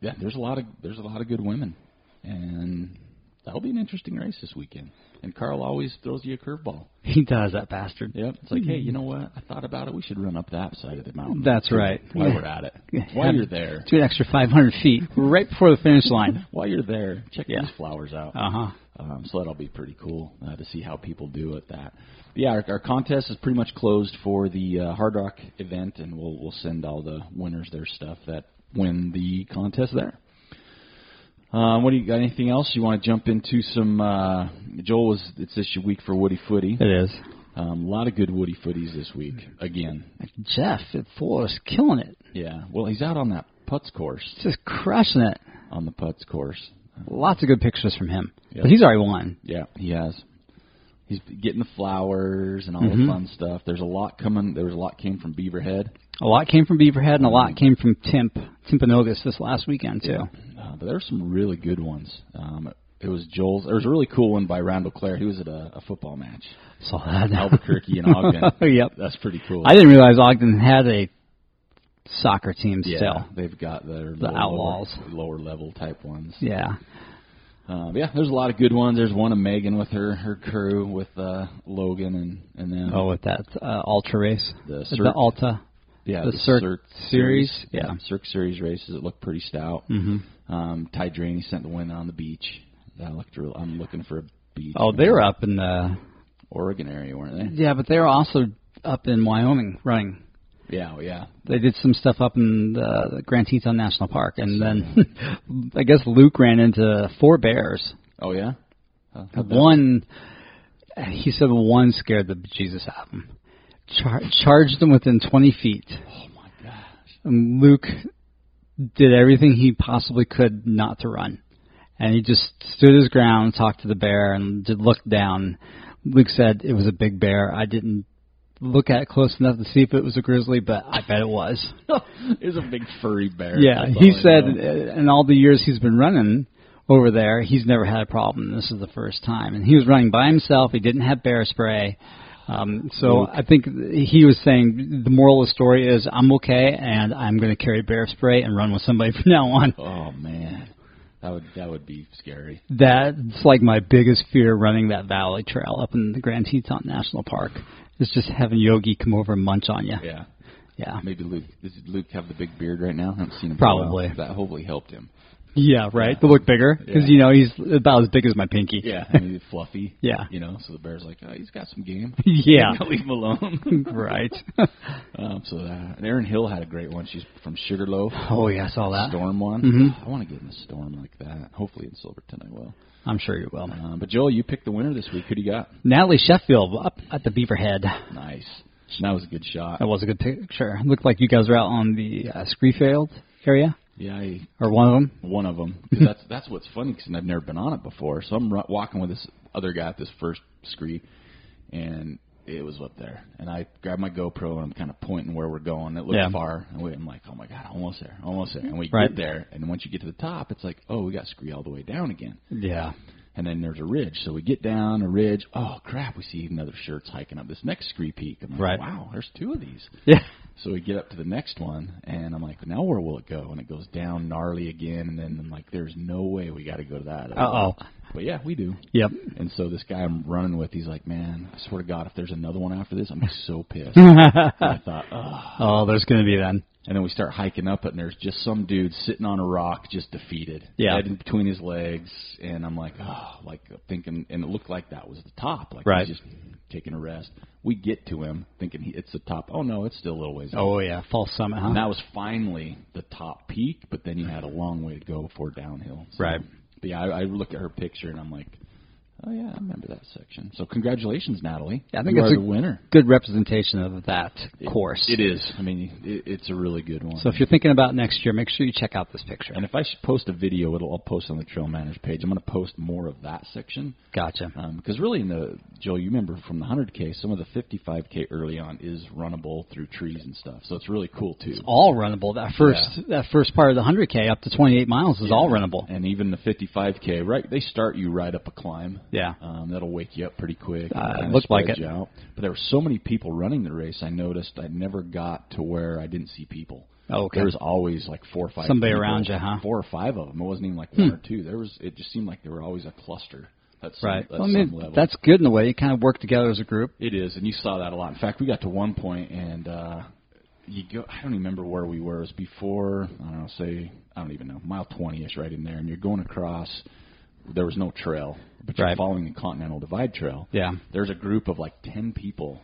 [SPEAKER 1] yeah, there's a lot of there's a lot of good women, and that'll be an interesting race this weekend. And Carl always throws you a curveball.
[SPEAKER 2] he does that bastard.
[SPEAKER 1] Yep, it's like, hey, you know what? I thought about it. We should run up that side of the mountain.
[SPEAKER 2] That's right.
[SPEAKER 1] While we're at it, while you're there,
[SPEAKER 2] Do an extra 500 feet right before the finish line.
[SPEAKER 1] while you're there, check
[SPEAKER 2] Yeah.
[SPEAKER 1] these flowers out.
[SPEAKER 2] Uh huh.
[SPEAKER 1] Um, so that'll be pretty cool uh, to see how people do at that. But yeah, our, our contest is pretty much closed for the uh, Hard Rock event, and we'll we'll send all the winners their stuff that win the contest there. Um, what do you got? Anything else you want to jump into? Some uh, Joel was it's this your week for Woody Footy.
[SPEAKER 2] It is.
[SPEAKER 1] Um, a lot of good Woody Footies this week again.
[SPEAKER 2] Jeff at four is killing it.
[SPEAKER 1] Yeah, well he's out on that putts course
[SPEAKER 2] Just crushing it.
[SPEAKER 1] on the putts course.
[SPEAKER 2] Lots of good pictures from him.
[SPEAKER 1] Yeah.
[SPEAKER 2] But he's already won.
[SPEAKER 1] Yeah, he has. He's getting the flowers and all the
[SPEAKER 2] Mhm.
[SPEAKER 1] fun stuff. There's a lot coming. There was a lot came from Beaverhead,
[SPEAKER 2] A lot came from Beaverhead and a
[SPEAKER 1] Mm-hmm.
[SPEAKER 2] lot came from Timp, Timpanogus this last weekend too.
[SPEAKER 1] uh, but there were some really good ones. Um, it was Joel's. There was a really cool one by Randall Clare. He was at a, a football match,
[SPEAKER 2] So that
[SPEAKER 1] Albuquerque and Ogden.
[SPEAKER 2] yep.
[SPEAKER 1] That's pretty cool.
[SPEAKER 2] I didn't realize Ogden had a soccer team
[SPEAKER 1] yeah,
[SPEAKER 2] still.
[SPEAKER 1] they've got their
[SPEAKER 2] The
[SPEAKER 1] lower,
[SPEAKER 2] Outlaws.
[SPEAKER 1] lower level type ones.
[SPEAKER 2] Yeah.
[SPEAKER 1] Uh, but yeah, there's a lot of good ones. There's one of Megan with her her crew with uh, Logan and and then
[SPEAKER 2] Oh, with that uh, ultra race,
[SPEAKER 1] the
[SPEAKER 2] the
[SPEAKER 1] Cirque-
[SPEAKER 2] Alta.
[SPEAKER 1] yeah
[SPEAKER 2] the Cirque series.
[SPEAKER 1] yeah
[SPEAKER 2] Yeah.
[SPEAKER 1] Cirque series races that look pretty stout.
[SPEAKER 2] hmm
[SPEAKER 1] Um, Ty Draney sent the win on the beach. That looked real, I'm looking for a beach.
[SPEAKER 2] Oh, they were up in the
[SPEAKER 1] Oregon area, weren't they?
[SPEAKER 2] yeah, but they were also up in Wyoming running.
[SPEAKER 1] Yeah, oh, yeah.
[SPEAKER 2] They did some stuff up in uh, the, the Grand Teton National Park, and then I guess Luke ran into four bears.
[SPEAKER 1] Oh, yeah. Huh, how'd that-
[SPEAKER 2] One, he said, one scared the Jesus out of him. Char- charged them within 20 feet.
[SPEAKER 1] Oh my gosh.
[SPEAKER 2] And Um, Luke did everything he possibly could not to run. And he just stood his ground, talked to the bear, and did look down. Luke said it was a big bear. I didn't look at it close enough to see if it was a grizzly, but I bet it was.
[SPEAKER 1] it was a big furry bear.
[SPEAKER 2] Yeah,
[SPEAKER 1] That's
[SPEAKER 2] he
[SPEAKER 1] all I
[SPEAKER 2] said
[SPEAKER 1] know.
[SPEAKER 2] uh, in all the years he's been running over there, he's never had a problem. This is the first time, and he was running by himself. He didn't have bear spray. Um, so I think he was saying the moral of the story is I'm okay, and I'm going to carry bear spray and run with somebody from now on.
[SPEAKER 1] Oh man, that would that would be scary.
[SPEAKER 2] That's like my biggest fear running that valley trail up in the Grand Teton National Park. Is just having Yogi come over and munch on you.
[SPEAKER 1] Yeah.
[SPEAKER 2] Yeah,
[SPEAKER 1] Maybe Luke. Does Luke have the big beard right now? I haven't seen him. for a
[SPEAKER 2] Probably.
[SPEAKER 1] while. That hopefully helped him.
[SPEAKER 2] yeah, right. To look bigger because
[SPEAKER 1] Yeah.
[SPEAKER 2] you know he's about as big as my pinky.
[SPEAKER 1] Yeah. I mean, he's fluffy.
[SPEAKER 2] Yeah.
[SPEAKER 1] You know, so the bear's like, oh, he's got some game.
[SPEAKER 2] yeah.
[SPEAKER 1] Leave him alone.
[SPEAKER 2] right.
[SPEAKER 1] um, so that. And Erin Hill had a great one. She's from Sugarloaf.
[SPEAKER 2] oh yeah, I saw that.
[SPEAKER 1] storm one.
[SPEAKER 2] Mhm.
[SPEAKER 1] I want to get in a storm like that. Hopefully in Silverton I will.
[SPEAKER 2] I'm sure you will.
[SPEAKER 1] Um, but Joel, you picked the winner this week. Who do you got?
[SPEAKER 2] Natalie Sheffield up at the Beaverhead.
[SPEAKER 1] Nice. That was a good shot.
[SPEAKER 2] That was a good picture. Looked like you guys were out on the uh, Screefield area
[SPEAKER 1] Yeah, I,
[SPEAKER 2] or one of them.
[SPEAKER 1] one of them.
[SPEAKER 2] Mm-hmm.
[SPEAKER 1] That's that's what's funny because I've never been on it before. So I'm ru- walking with this other guy at this first scree, and it was up there. And I grabbed my GoPro and I'm kind of pointing where we're going. It looked
[SPEAKER 2] Yeah.
[SPEAKER 1] far, and we, I'm like, oh my god, almost there, almost there. And we
[SPEAKER 2] Right.
[SPEAKER 1] get there, and once you get to the top, it's like, oh, we got scree all the way down again.
[SPEAKER 2] Yeah.
[SPEAKER 1] and then there's a ridge. So we get down a ridge. Oh crap! We see another shirts hiking up this next scree peak. I'm like,
[SPEAKER 2] Right.
[SPEAKER 1] wow, there's two of these.
[SPEAKER 2] Yeah.
[SPEAKER 1] So we get up to the next one, and I'm like, now where will it go? And it goes down gnarly again, and then I'm like, there's no way we got to go to that.
[SPEAKER 2] Uh oh.
[SPEAKER 1] But yeah, we do.
[SPEAKER 2] Yep.
[SPEAKER 1] And so this guy I'm running with, he's like, man, I swear to God, if there's another one after this, I'm so pissed. And I thought, oh.
[SPEAKER 2] oh, there's gonna be then.
[SPEAKER 1] And then we start hiking up, and there's just some dude sitting on a rock, just defeated,
[SPEAKER 2] Yeah.
[SPEAKER 1] head in between "Ah," his legs. And I'm like, oh, like thinking, and it looked like that was the top, like
[SPEAKER 2] Right.
[SPEAKER 1] he just taking a rest. We get to him thinking he, it's the top. Oh no, it's still a little ways. up.
[SPEAKER 2] Oh yeah, false summit, huh?
[SPEAKER 1] And that was finally the top peak, but then you had a long way to go before downhill. So,
[SPEAKER 2] Right.
[SPEAKER 1] But yeah, I, I look at her picture and I'm like, oh yeah, I remember that section. So congratulations, Natalie.
[SPEAKER 2] Yeah, I think
[SPEAKER 1] you
[SPEAKER 2] it's
[SPEAKER 1] are
[SPEAKER 2] a
[SPEAKER 1] the winner.
[SPEAKER 2] Good representation of that course.
[SPEAKER 1] It is. I mean, it, it's a really good one.
[SPEAKER 2] So if you're thinking about next year, make sure you check out this picture.
[SPEAKER 1] and if I should post a video, it'll I'll post on the Trail Manners page. I'm going to post more of that section.
[SPEAKER 2] Gotcha.
[SPEAKER 1] Because really, in the Joe, you remember from the 100k, some of the 55k early on is runnable through trees and stuff. So it's really cool too.
[SPEAKER 2] all runnable. That first that first part of the 100k up to 28 miles is all runnable.
[SPEAKER 1] And even the 55k, right? They start you right up a climb.
[SPEAKER 2] Yeah.
[SPEAKER 1] um, that'll wake you up pretty quick.
[SPEAKER 2] Uh,
[SPEAKER 1] and kinda
[SPEAKER 2] looked like
[SPEAKER 1] spreads
[SPEAKER 2] it.
[SPEAKER 1] you out. But there were so many people running the race. I noticed I never got to where I didn't see people.
[SPEAKER 2] Oh, okay.
[SPEAKER 1] There was always like four or five.
[SPEAKER 2] Somebody
[SPEAKER 1] people,
[SPEAKER 2] around you, huh? Hmm.
[SPEAKER 1] Four or five of them. It wasn't even like one or two. There was. It just seemed like there were always a cluster. That's
[SPEAKER 2] Right.
[SPEAKER 1] At
[SPEAKER 2] Well, I
[SPEAKER 1] some
[SPEAKER 2] mean,
[SPEAKER 1] level.
[SPEAKER 2] that's good in a way. You kind of work together as a group.
[SPEAKER 1] It is, and you saw that a lot. In fact, we got to one point, and uh, you go. I don't even remember where we were. It was before I don't know, say I don't even know, mile twenty-ish, right in there, and you're going across. There was no trail, but you're
[SPEAKER 2] Right.
[SPEAKER 1] following the Continental Divide Trail.
[SPEAKER 2] Yeah.
[SPEAKER 1] There's a group of like ten people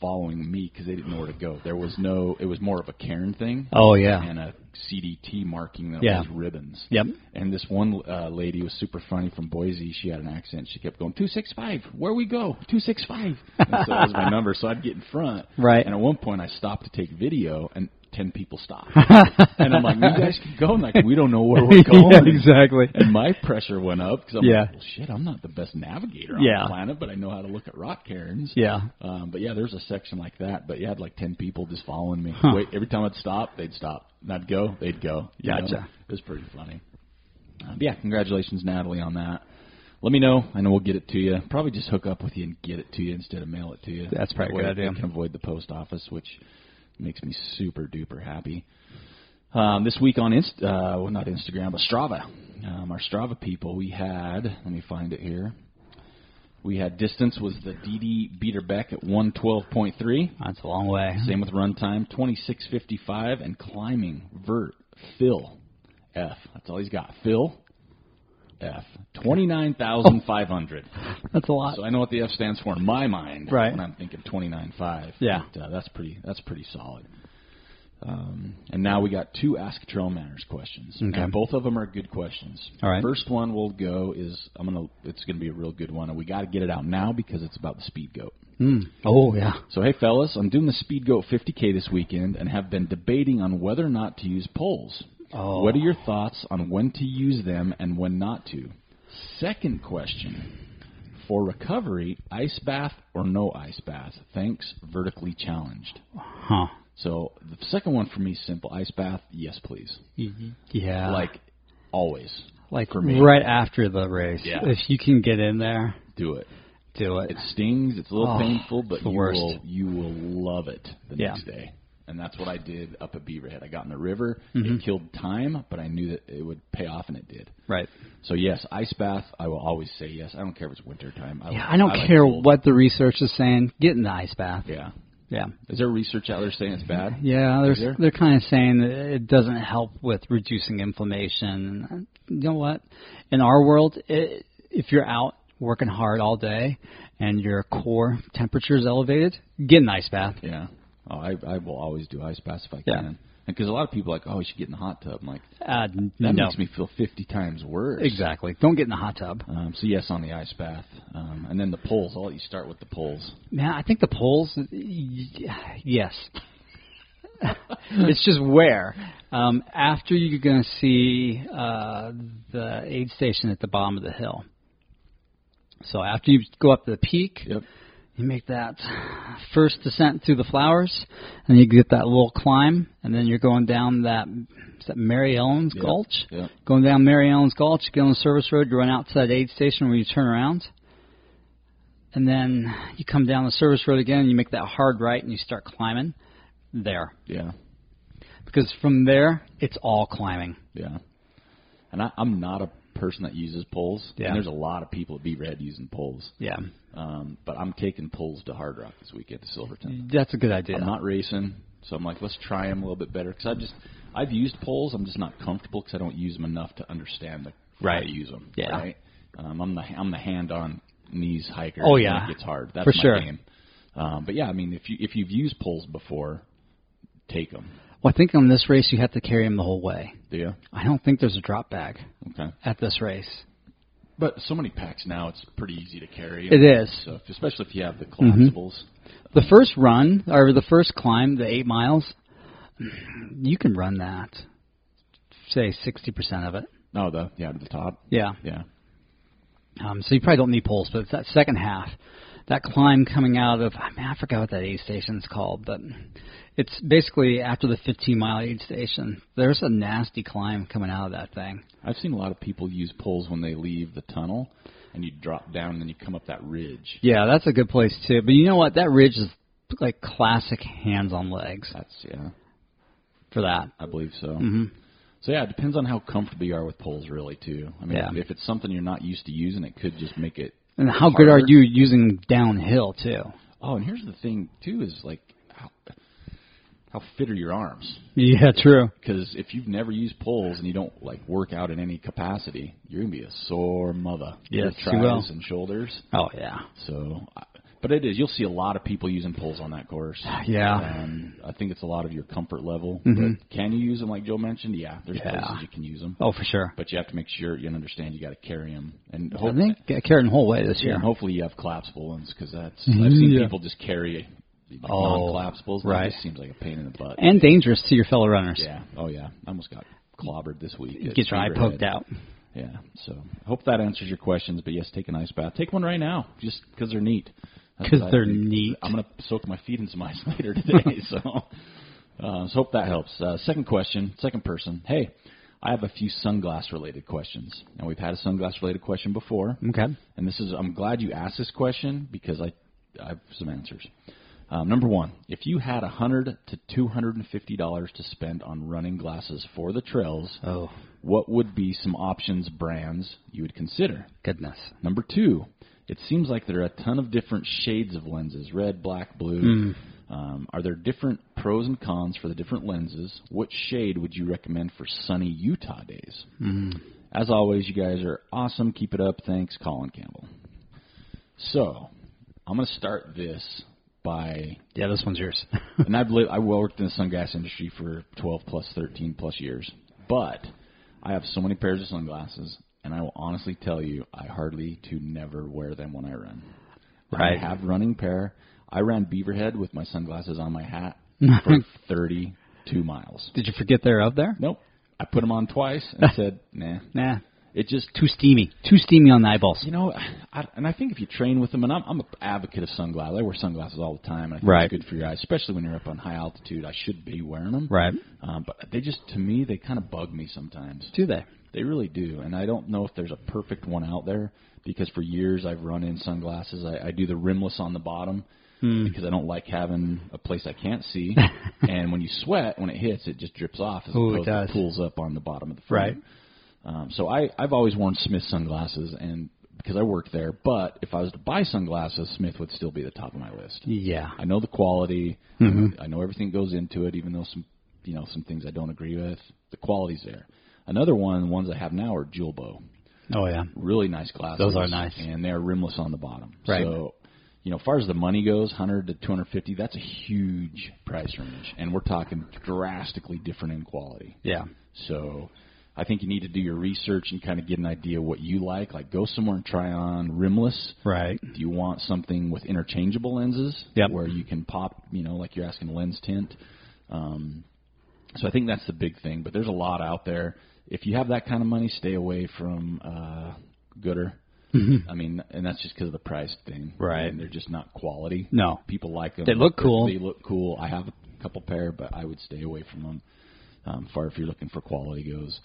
[SPEAKER 1] following me because they didn't know where to go. There was no. It was more of a Karen thing
[SPEAKER 2] Oh yeah.
[SPEAKER 1] and a CDT marking that
[SPEAKER 2] Yeah.
[SPEAKER 1] was ribbons.
[SPEAKER 2] Yep.
[SPEAKER 1] And this one uh, lady was super funny from Boise. She had an accent. She kept going two six five. Where we go? Two six five. So that was my number. So I'd get in front.
[SPEAKER 2] Right.
[SPEAKER 1] And at one point, I stopped to take video, and ten people stopped. and I'm like, you guys can go. And like, we don't know where we're going.
[SPEAKER 2] yeah, exactly.
[SPEAKER 1] And my pressure went up because I'm
[SPEAKER 2] Yeah.
[SPEAKER 1] like, well, shit, I'm not the best navigator on
[SPEAKER 2] Yeah.
[SPEAKER 1] the planet, but I know how to look at rock cairns.
[SPEAKER 2] Yeah.
[SPEAKER 1] Um, but yeah, there's a section like that. But you had like ten people just following me.
[SPEAKER 2] Huh.
[SPEAKER 1] Wait, every time I'd stop, they'd stop. And I'd go, they'd go. you know?
[SPEAKER 2] Gotcha.
[SPEAKER 1] It was pretty funny. Uh, but yeah, congratulations, Natalie, on that. Let me know. I know we'll get it to you. Probably just hook up with you and get it to you instead of mail it to you.
[SPEAKER 2] That's probably a
[SPEAKER 1] That
[SPEAKER 2] good
[SPEAKER 1] way
[SPEAKER 2] idea.
[SPEAKER 1] I can avoid the post office, which makes me super duper happy. Um, this week on Inst- uh, well, not Instagram, but Strava. Um, our Strava people, we had. Let me find it here. We had distance was the DD Beater Beck at 112.3.
[SPEAKER 2] That's a long way.
[SPEAKER 1] Same with run time, 26.55, and climbing, vert, Phil, F. That's all he's got. Phil, F. 29,500.
[SPEAKER 2] That's a lot.
[SPEAKER 1] So I know what the F stands for in my mind
[SPEAKER 2] Right.
[SPEAKER 1] when I'm thinking 29.5.
[SPEAKER 2] Yeah.
[SPEAKER 1] But, uh, that's pretty. That's pretty solid. Um, and now we got two Ask Trail Manners questions.
[SPEAKER 2] Okay.
[SPEAKER 1] And both of them are good questions.
[SPEAKER 2] All right.
[SPEAKER 1] First one we'll go is I'm gonna. It's gonna be a real good one, and we got to get it out now because it's about the speed goat.
[SPEAKER 2] Mm. Oh yeah.
[SPEAKER 1] So hey fellas, I'm doing the Speed Goat 50k this weekend and have been debating on whether or not to use poles.
[SPEAKER 2] Oh.
[SPEAKER 1] What are your thoughts on when to use them and when not to? Second question. For recovery, ice bath or no ice bath? Thanks, vertically challenged.
[SPEAKER 2] Huh.
[SPEAKER 1] So the second one for me is simple. Ice bath, yes please.
[SPEAKER 2] Yeah.
[SPEAKER 1] Like always.
[SPEAKER 2] like
[SPEAKER 1] for me.
[SPEAKER 2] right after the race.
[SPEAKER 1] Yeah.
[SPEAKER 2] If you can get in there,
[SPEAKER 1] Do it.
[SPEAKER 2] do it.
[SPEAKER 1] It stings. It's a little
[SPEAKER 2] Oh,
[SPEAKER 1] painful, but
[SPEAKER 2] it's the
[SPEAKER 1] you
[SPEAKER 2] worst.
[SPEAKER 1] will you will love it the
[SPEAKER 2] Yeah.
[SPEAKER 1] next day. And that's what I did up at Beaverhead. I got in the river.
[SPEAKER 2] Mm-hmm.
[SPEAKER 1] It killed time, but I knew that it would pay off, and it did.
[SPEAKER 2] right.
[SPEAKER 1] So yes, ice bath. I will always say yes. I don't care if it's winter time. I,
[SPEAKER 2] Yeah.
[SPEAKER 1] like-
[SPEAKER 2] I don't
[SPEAKER 1] like
[SPEAKER 2] care
[SPEAKER 1] cold.
[SPEAKER 2] what the research is saying. Get in the ice bath.
[SPEAKER 1] Yeah.
[SPEAKER 2] Yeah.
[SPEAKER 1] Is there research out there saying it's bad?
[SPEAKER 2] Yeah, they're
[SPEAKER 1] Is there?
[SPEAKER 2] they're kind of saying that it doesn't help with reducing inflammation. And uh, You know what? In our world, i if you're out working hard all day and your core temperature is elevated, get an ice bath.
[SPEAKER 1] Yeah. Oh, I I will always do ice bath if I
[SPEAKER 2] Yeah.
[SPEAKER 1] can. And because a lot of people are like, oh, you should get in the hot tub. I'm like,
[SPEAKER 2] Uh,
[SPEAKER 1] that
[SPEAKER 2] no,
[SPEAKER 1] makes me feel 50 times worse.
[SPEAKER 2] exactly. Don't get in the hot tub.
[SPEAKER 1] Um, so yes, on the ice bath, um, and then the poles. I'll let you start with the poles.
[SPEAKER 2] Now, I think the poles. y- Yes, it's just where. Um, after you're going to see uh, the aid station at the bottom of the hill. So after you go up to the peak,
[SPEAKER 1] Yep.
[SPEAKER 2] you make that first descent through the flowers, and you get that little climb, and then you're going down that, is that Mary Ellen's
[SPEAKER 1] Yep,
[SPEAKER 2] Gulch.
[SPEAKER 1] yep.
[SPEAKER 2] Going down Mary Ellen's Gulch, you get on the service road, you run out to that aid station where you turn around, and then you come down the service road again, and you make that hard right, and you start climbing there.
[SPEAKER 1] Yeah.
[SPEAKER 2] Because from there, it's all climbing.
[SPEAKER 1] Yeah. And I, I'm not a person that uses poles.
[SPEAKER 2] Yeah.
[SPEAKER 1] And there's a lot of people at Beaverhead using poles.
[SPEAKER 2] Yeah,
[SPEAKER 1] Um, but I'm taking poles to Hard Rock this weekend to Silverton.
[SPEAKER 2] that's a good idea.
[SPEAKER 1] I'm not racing, so I'm like, let's try them a little bit better because I just I've used poles. I'm just not comfortable because I don't use them enough to understand the, how
[SPEAKER 2] Right.
[SPEAKER 1] to use them.
[SPEAKER 2] Yeah.
[SPEAKER 1] Right. Um, I'm the I'm the hand on knees hikers.
[SPEAKER 2] Oh,
[SPEAKER 1] and
[SPEAKER 2] yeah.
[SPEAKER 1] it gets hard. That's
[SPEAKER 2] For
[SPEAKER 1] my
[SPEAKER 2] sure.
[SPEAKER 1] game. Um, but yeah, I mean, if you if you've used poles before, take them.
[SPEAKER 2] Well, I think on this race you have to carry him the whole way.
[SPEAKER 1] Do you?
[SPEAKER 2] I don't think there's a drop bag
[SPEAKER 1] Okay.
[SPEAKER 2] at this race.
[SPEAKER 1] But so many packs now, it's pretty easy to carry.
[SPEAKER 2] It is. Mm-hmm.
[SPEAKER 1] So if, especially if you have the collapsibles.
[SPEAKER 2] The first run or the first climb, the eight miles, you can run that. Say sixty percent of it.
[SPEAKER 1] No, Oh, the yeah, to the top.
[SPEAKER 2] Yeah.
[SPEAKER 1] Yeah.
[SPEAKER 2] Um, so you probably don't need poles, but it's that second half, that climb coming out of I, mean, I forgot what that aid station's called, but it's basically after the 15 mile aid station. There's a nasty climb coming out of that thing.
[SPEAKER 1] I've seen a lot of people use poles when they leave the tunnel, and you drop down and then you come up that ridge.
[SPEAKER 2] Yeah, that's a good place too. But you know what? That ridge is like classic hands on legs
[SPEAKER 1] That's yeah,
[SPEAKER 2] for that.
[SPEAKER 1] I believe so. Mm-hmm. So yeah, it depends on how comfortable you are with poles, really, too. I mean,
[SPEAKER 2] Yeah.
[SPEAKER 1] if it's something you're not used to using, it could just make it.
[SPEAKER 2] And how good are
[SPEAKER 1] harder.
[SPEAKER 2] you using downhill too?
[SPEAKER 1] Oh, and here's the thing too: is like how how fit are your arms?
[SPEAKER 2] Yeah, true.
[SPEAKER 1] Because if you've never used poles and you don't like work out in any capacity, you're gonna be a sore mother.
[SPEAKER 2] Yes,
[SPEAKER 1] your
[SPEAKER 2] you will.
[SPEAKER 1] triceps and shoulders.
[SPEAKER 2] Oh yeah.
[SPEAKER 1] So, I- but it is. You'll see a lot of people using poles on that course.
[SPEAKER 2] Yeah.
[SPEAKER 1] Um, I think it's a lot of your comfort level.
[SPEAKER 2] Mhm.
[SPEAKER 1] But can you use them like Joe mentioned? Yeah, there's
[SPEAKER 2] Yeah.
[SPEAKER 1] places you can use them,
[SPEAKER 2] Oh, for sure.
[SPEAKER 1] but you have to make sure you understand you got to carry them. And
[SPEAKER 2] I
[SPEAKER 1] hope,
[SPEAKER 2] think I carried him the whole way this
[SPEAKER 1] yeah,
[SPEAKER 2] year.
[SPEAKER 1] and hopefully you have collapsible ones because that's I've seen
[SPEAKER 2] Mm-hmm, Yeah.
[SPEAKER 1] people just carry like,
[SPEAKER 2] Oh,
[SPEAKER 1] non-collapsibles. and
[SPEAKER 2] right.
[SPEAKER 1] it just seems like a pain in the butt.
[SPEAKER 2] And dangerous to your fellow runners.
[SPEAKER 1] yeah. Oh yeah. I almost got clobbered this week. at
[SPEAKER 2] Get your eye
[SPEAKER 1] Beaverhead.
[SPEAKER 2] poked out.
[SPEAKER 1] Yeah. So I hope that answers your questions. But yes, take an ice bath. Take one right now, just because they're neat. That's
[SPEAKER 2] 'Cause
[SPEAKER 1] what I
[SPEAKER 2] they're
[SPEAKER 1] think.
[SPEAKER 2] neat.
[SPEAKER 1] I'm gonna soak my feet in some ice later today. so, uh, so hope that helps. Uh, second question, second person. Hey, I have a few sunglass related questions. Now we've had a sunglass related question before.
[SPEAKER 2] Okay.
[SPEAKER 1] And this is, I'm glad you asked this question because I, I have some answers. Um, number one, if you had a hundred to two hundred and fifty dollars to spend on running glasses for the trails,
[SPEAKER 2] Oh,
[SPEAKER 1] what would be some options brands you would consider?
[SPEAKER 2] goodness.
[SPEAKER 1] Number two, it seems like there are a ton of different shades of lenses red, black, blue. Um, are there different pros and cons for the different lenses? What shade would you recommend for sunny Utah days? As always, you guys are awesome. Keep it up. Thanks, Colin Campbell. So, I'm going to start this by
[SPEAKER 2] Yeah, this one's yours.
[SPEAKER 1] and I've lived, I worked in the sunglass industry for 12 plus 13 plus years, but I have so many pairs of sunglasses, and I will honestly tell you, I hardly to never wear them when I run.
[SPEAKER 2] Right.
[SPEAKER 1] I have running pair. I ran Beaverhead with my sunglasses on my hat for 32 miles.
[SPEAKER 2] Did you forget they're up there?
[SPEAKER 1] Nope. I put them on twice and said, nah.
[SPEAKER 2] Nah,
[SPEAKER 1] It just
[SPEAKER 2] too steamy. Too steamy on the eyeballs.
[SPEAKER 1] you know, I, and I think if you train with them, and I'm, I'm an advocate of sunglasses. I wear sunglasses all the time, and I think
[SPEAKER 2] Right.
[SPEAKER 1] it's good for your eyes, especially when you're up on high altitude. I should be wearing them.
[SPEAKER 2] Right.
[SPEAKER 1] Um, but they just, to me, they kind of bug me sometimes.
[SPEAKER 2] Do they?
[SPEAKER 1] They really do, and I don't know if there's a perfect one out there because for years I've run in sunglasses. I, I do the rimless on the bottom
[SPEAKER 2] Hmm.
[SPEAKER 1] because I don't like having a place I can't see. and when you sweat, when it hits, it just drips off as
[SPEAKER 2] Ooh, it
[SPEAKER 1] opposed
[SPEAKER 2] does.
[SPEAKER 1] to pools up on the bottom of the frame.
[SPEAKER 2] Right.
[SPEAKER 1] Um, so I, I've always worn Smith sunglasses, and because I work there. But if I was to buy sunglasses, Smith would still be the top of my list.
[SPEAKER 2] Yeah.
[SPEAKER 1] I know the quality.
[SPEAKER 2] Mm-hmm.
[SPEAKER 1] I know everything goes into it, even though some, you know, some things I don't agree with. The quality's there. Another one, the ones I have now are Jewel Bow.
[SPEAKER 2] Oh yeah.
[SPEAKER 1] Really nice glasses.
[SPEAKER 2] Those are nice.
[SPEAKER 1] and they're rimless on the bottom.
[SPEAKER 2] Right.
[SPEAKER 1] So, you know, as far as the money goes, 100 to 250, that's a huge price range, and we're talking drastically different in quality.
[SPEAKER 2] Yeah.
[SPEAKER 1] So I think you need to do your research and kind of get an idea what you like. Like go somewhere and try on rimless.
[SPEAKER 2] Right.
[SPEAKER 1] Do you want something with interchangeable lenses
[SPEAKER 2] Yep.
[SPEAKER 1] where you can pop, you know, like you're asking lens tint? Um, so I think that's the big thing. But there's a lot out there. If you have that kind of money, stay away from uh, Gooder. I mean, and that's just because of the price thing.
[SPEAKER 2] Mm-hmm. Right.
[SPEAKER 1] And they're just not quality.
[SPEAKER 2] No.
[SPEAKER 1] People like them.
[SPEAKER 2] They look cool.
[SPEAKER 1] They look cool. I have a couple pair, but I would stay away from them. Um, far if you're looking for quality goes.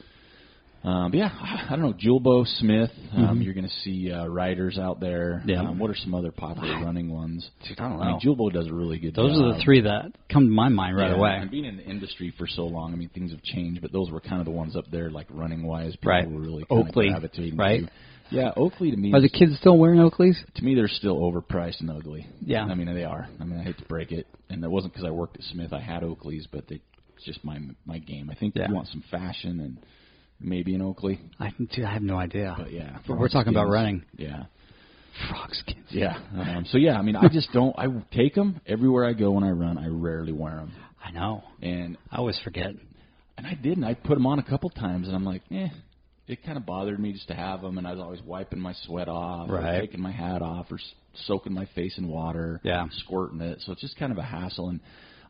[SPEAKER 1] Um, but yeah, I don't know. Julbo Smith. Um, You're going to see uh, riders out there.
[SPEAKER 2] Mm-hmm. Yeah.
[SPEAKER 1] Um, what are some other popular running ones?
[SPEAKER 2] Dude, I don't
[SPEAKER 1] I mean, Julbo does a really good.
[SPEAKER 2] Those
[SPEAKER 1] job.
[SPEAKER 2] are the three that come to my mind right
[SPEAKER 1] Yeah,
[SPEAKER 2] away.
[SPEAKER 1] And being in the industry for so long, I mean, things have changed, but those were kind of the ones up there, like running wise. People
[SPEAKER 2] Right.
[SPEAKER 1] were really kind
[SPEAKER 2] Oakley,
[SPEAKER 1] of gravitating
[SPEAKER 2] right?
[SPEAKER 1] to. Yeah, Oakley to me.
[SPEAKER 2] Are the
[SPEAKER 1] is-
[SPEAKER 2] kids still wearing Oakleys?
[SPEAKER 1] to me, they're still overpriced and ugly.
[SPEAKER 2] Yeah.
[SPEAKER 1] I mean, they are. I mean, I hate to break it, and that wasn't because I worked at Smith. I had Oakleys, but they, it's just my my game. I think
[SPEAKER 2] Yeah.
[SPEAKER 1] you want some fashion and maybe an Oakley,
[SPEAKER 2] I, dude, I have no idea.
[SPEAKER 1] but yeah.
[SPEAKER 2] But we're talking about running.
[SPEAKER 1] Yeah.
[SPEAKER 2] Frog skins.
[SPEAKER 1] Yeah. Um, so yeah, I mean, I just don't. I take them everywhere I go when I run. I rarely wear them,
[SPEAKER 2] I know.
[SPEAKER 1] and
[SPEAKER 2] I always forget.
[SPEAKER 1] and I didn't. I put them on a couple times, and I'm like, eh. It kind of bothered me just to have them, and I was always wiping my sweat off,
[SPEAKER 2] Right.
[SPEAKER 1] or taking my hat off, or s- soaking my face in water,
[SPEAKER 2] Yeah.
[SPEAKER 1] squirting it. So it's just kind of a hassle. And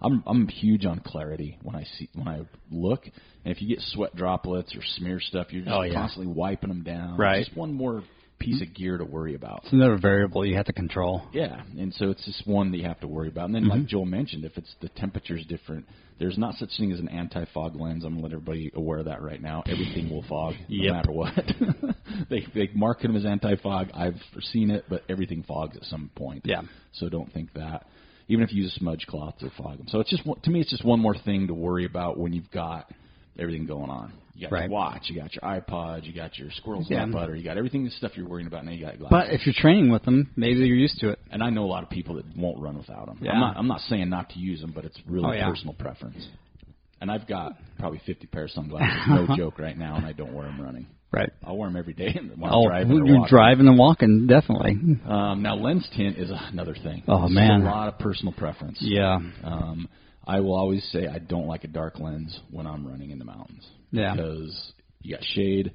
[SPEAKER 1] I'm I'm huge on clarity when I see when I look. And if you get sweat droplets or smear stuff, you're just
[SPEAKER 2] Oh, yeah.
[SPEAKER 1] constantly wiping them down. It's
[SPEAKER 2] Right.
[SPEAKER 1] just one more piece of gear to worry about.
[SPEAKER 2] It's another variable you have to control.
[SPEAKER 1] Yeah, and so it's just one that you have to worry about. And then,
[SPEAKER 2] Mm-hmm.
[SPEAKER 1] like Joel mentioned, if it's the temperature's different, there's not such thing as an anti-fog lens. I'm gonna let everybody aware of that right now. Everything will fog,
[SPEAKER 2] Yep.
[SPEAKER 1] no matter what. they they market them as anti-fog. I've seen it, but everything fogs at some point.
[SPEAKER 2] Yeah.
[SPEAKER 1] So don't think that. Even if you use a smudge cloth, it'll fog them. So it's just one- to me, it's just one more thing to worry about when you've got everything going on. You got
[SPEAKER 2] Right.
[SPEAKER 1] your watch, you got your iPod, you got your squirrel's
[SPEAKER 2] Yeah.
[SPEAKER 1] nut butter, you got everything the stuff you're worrying about. Now you got glasses.
[SPEAKER 2] But if you're training with them, maybe you're used to it.
[SPEAKER 1] And I know a lot of people that won't run without them.
[SPEAKER 2] Yeah.
[SPEAKER 1] I'm not. I'm not saying not to use them, but it's really
[SPEAKER 2] Oh, yeah.
[SPEAKER 1] personal preference. And I've got probably 50 pairs of sunglasses, no joke, right now, and I don't wear them running.
[SPEAKER 2] Right.
[SPEAKER 1] I'll wear them every day and when
[SPEAKER 2] Oh,
[SPEAKER 1] I'm driving. or
[SPEAKER 2] you're
[SPEAKER 1] walking.
[SPEAKER 2] driving and walking, definitely.
[SPEAKER 1] Um, now lens tint is another thing.
[SPEAKER 2] Oh,
[SPEAKER 1] It's
[SPEAKER 2] man.
[SPEAKER 1] a lot of personal preference.
[SPEAKER 2] Yeah.
[SPEAKER 1] Um, I will always say I don't like a dark lens when I'm running in the mountains.
[SPEAKER 2] Yeah.
[SPEAKER 1] Because you got shade,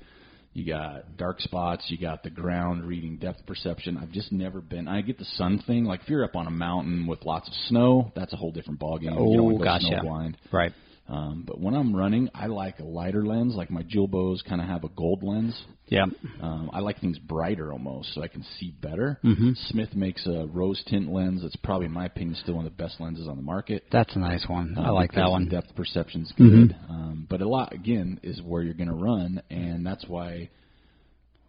[SPEAKER 1] you got dark spots, you got the ground reading depth perception. I've just never been. I get the sun thing. Like if you're up on a mountain with lots of snow, that's a whole different ballgame. you
[SPEAKER 2] Oh,
[SPEAKER 1] don't want to go
[SPEAKER 2] gosh, yeah.
[SPEAKER 1] snowblind.
[SPEAKER 2] Right.
[SPEAKER 1] Um, but when I'm running, I like a lighter lens. Like my Jewel Bows kind of have a gold lens.
[SPEAKER 2] Yeah.
[SPEAKER 1] Um, I like things brighter almost, so I can see better. Mm-hmm. Smith makes a rose tint lens that's probably, in my opinion, still one of the best lenses on the market.
[SPEAKER 2] That's a nice one. I
[SPEAKER 1] Um,
[SPEAKER 2] like
[SPEAKER 1] because
[SPEAKER 2] that
[SPEAKER 1] the
[SPEAKER 2] one. Mm-hmm.
[SPEAKER 1] Depth perception's good, um, but a lot again is where you're going to run, and that's why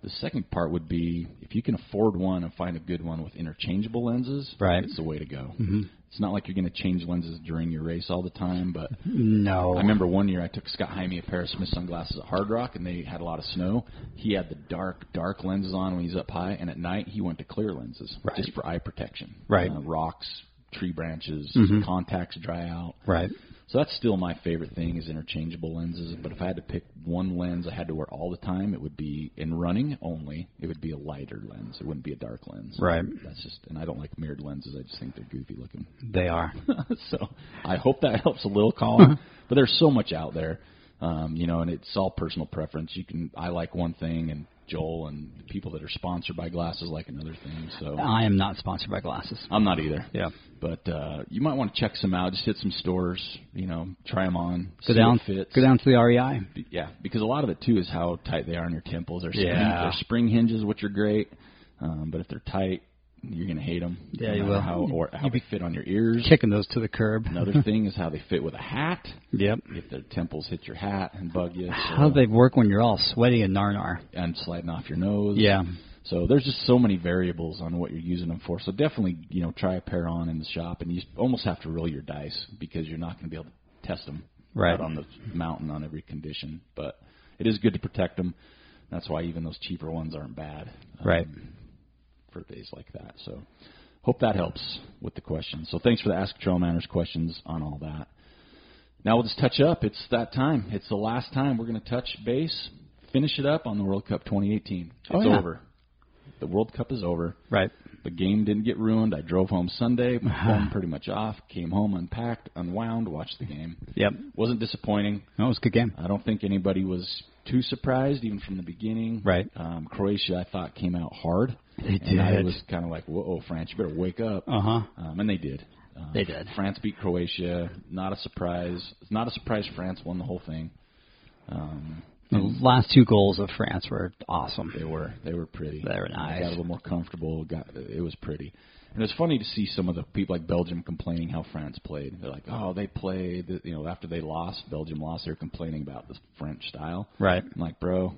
[SPEAKER 1] the second part would be if you can afford one and find a good one with interchangeable lenses.
[SPEAKER 2] Right. Mm-hmm.
[SPEAKER 1] it's the way to go. It's not like you're going to change lenses during your race all the time, but
[SPEAKER 2] No.
[SPEAKER 1] I remember one year I took Scott Jaime a pair of Smith sunglasses at Hard Rock, and they had a lot of snow. He had the dark, dark lenses on when he's up high, and at night he went to clear lenses
[SPEAKER 2] Right.
[SPEAKER 1] just for eye protection.
[SPEAKER 2] Right. Mm-hmm.
[SPEAKER 1] Uh, rocks, tree branches, contacts dry out.
[SPEAKER 2] Right.
[SPEAKER 1] So that's still my favorite thing is interchangeable lenses. But if I had to pick one lens I had to wear all the time, it would be in running only. It would be a lighter lens. It wouldn't be a dark lens.
[SPEAKER 2] Right.
[SPEAKER 1] That's just, and I don't like mirrored lenses. I just think they're goofy looking.
[SPEAKER 2] They are.
[SPEAKER 1] so I hope that helps a little, Colin. but there's so much out there, um, you know, and it's all personal preference. You can I like one thing, and Joel and the people that are sponsored by glasses like another thing. So
[SPEAKER 2] I am not sponsored by glasses.
[SPEAKER 1] I'm not either.
[SPEAKER 2] Yeah.
[SPEAKER 1] But uh, you might want to check some out. Just hit some stores, you know, try them on. see
[SPEAKER 2] Go down.
[SPEAKER 1] What fits.
[SPEAKER 2] Go down to the E REI.
[SPEAKER 1] Be- Yeah, because a lot of it too is how tight they are in your temples. Their spring,
[SPEAKER 2] Yeah.
[SPEAKER 1] their spring hinges, which are great, um, but if they're tight, you're gonna hate them.
[SPEAKER 2] Yeah,
[SPEAKER 1] no
[SPEAKER 2] you
[SPEAKER 1] matter
[SPEAKER 2] will.
[SPEAKER 1] How or how they fit on your ears.
[SPEAKER 2] Kicking those to the curb.
[SPEAKER 1] Another thing is how they fit with a hat.
[SPEAKER 2] Yep.
[SPEAKER 1] If the temples hit your hat and bug you, so,
[SPEAKER 2] How they work when you're all sweaty and narnar.
[SPEAKER 1] and sliding off your nose.
[SPEAKER 2] Yeah.
[SPEAKER 1] So there's just so many variables on what you're using them for. So definitely, you know, try a pair on in the shop, and you almost have to roll your dice because you're not going to be able to test them
[SPEAKER 2] Right.
[SPEAKER 1] out on the mountain on every condition. But it is good to protect them. That's why even those cheaper ones aren't bad. um,
[SPEAKER 2] Right.
[SPEAKER 1] for days like that. So hope that helps with the questions. So thanks for the Ask Trail Manners questions on all that. Now we'll just touch up. It's that time. It's the last time we're going to touch base, finish it up on the World Cup 2018. It's
[SPEAKER 2] Oh, yeah.
[SPEAKER 1] over. The World Cup is over.
[SPEAKER 2] Right.
[SPEAKER 1] The game didn't get ruined. I drove home Sunday, my phone pretty much off. Came home, unpacked, unwound, watched the game.
[SPEAKER 2] Yep.
[SPEAKER 1] Wasn't disappointing.
[SPEAKER 2] That was a good game.
[SPEAKER 1] I don't think anybody was too surprised, even from the beginning.
[SPEAKER 2] Right.
[SPEAKER 1] Um, Croatia, I thought, came out hard.
[SPEAKER 2] They
[SPEAKER 1] And I
[SPEAKER 2] did.
[SPEAKER 1] was kind of like, whoa, France, you better wake up.
[SPEAKER 2] Uh huh.
[SPEAKER 1] Um, and they did. Um,
[SPEAKER 2] They did.
[SPEAKER 1] France beat Croatia. Not a surprise. It's not a surprise France won the whole thing.
[SPEAKER 2] The last two goals of France were awesome.
[SPEAKER 1] They were. They were pretty.
[SPEAKER 2] They were nice.
[SPEAKER 1] Got a little more comfortable. Got it was pretty. And it's funny to see some of the people like Belgium complaining how France played. They're like, oh, they played. You know, after they lost, Belgium lost. They're complaining about the French style.
[SPEAKER 2] Right.
[SPEAKER 1] I'm like, bro,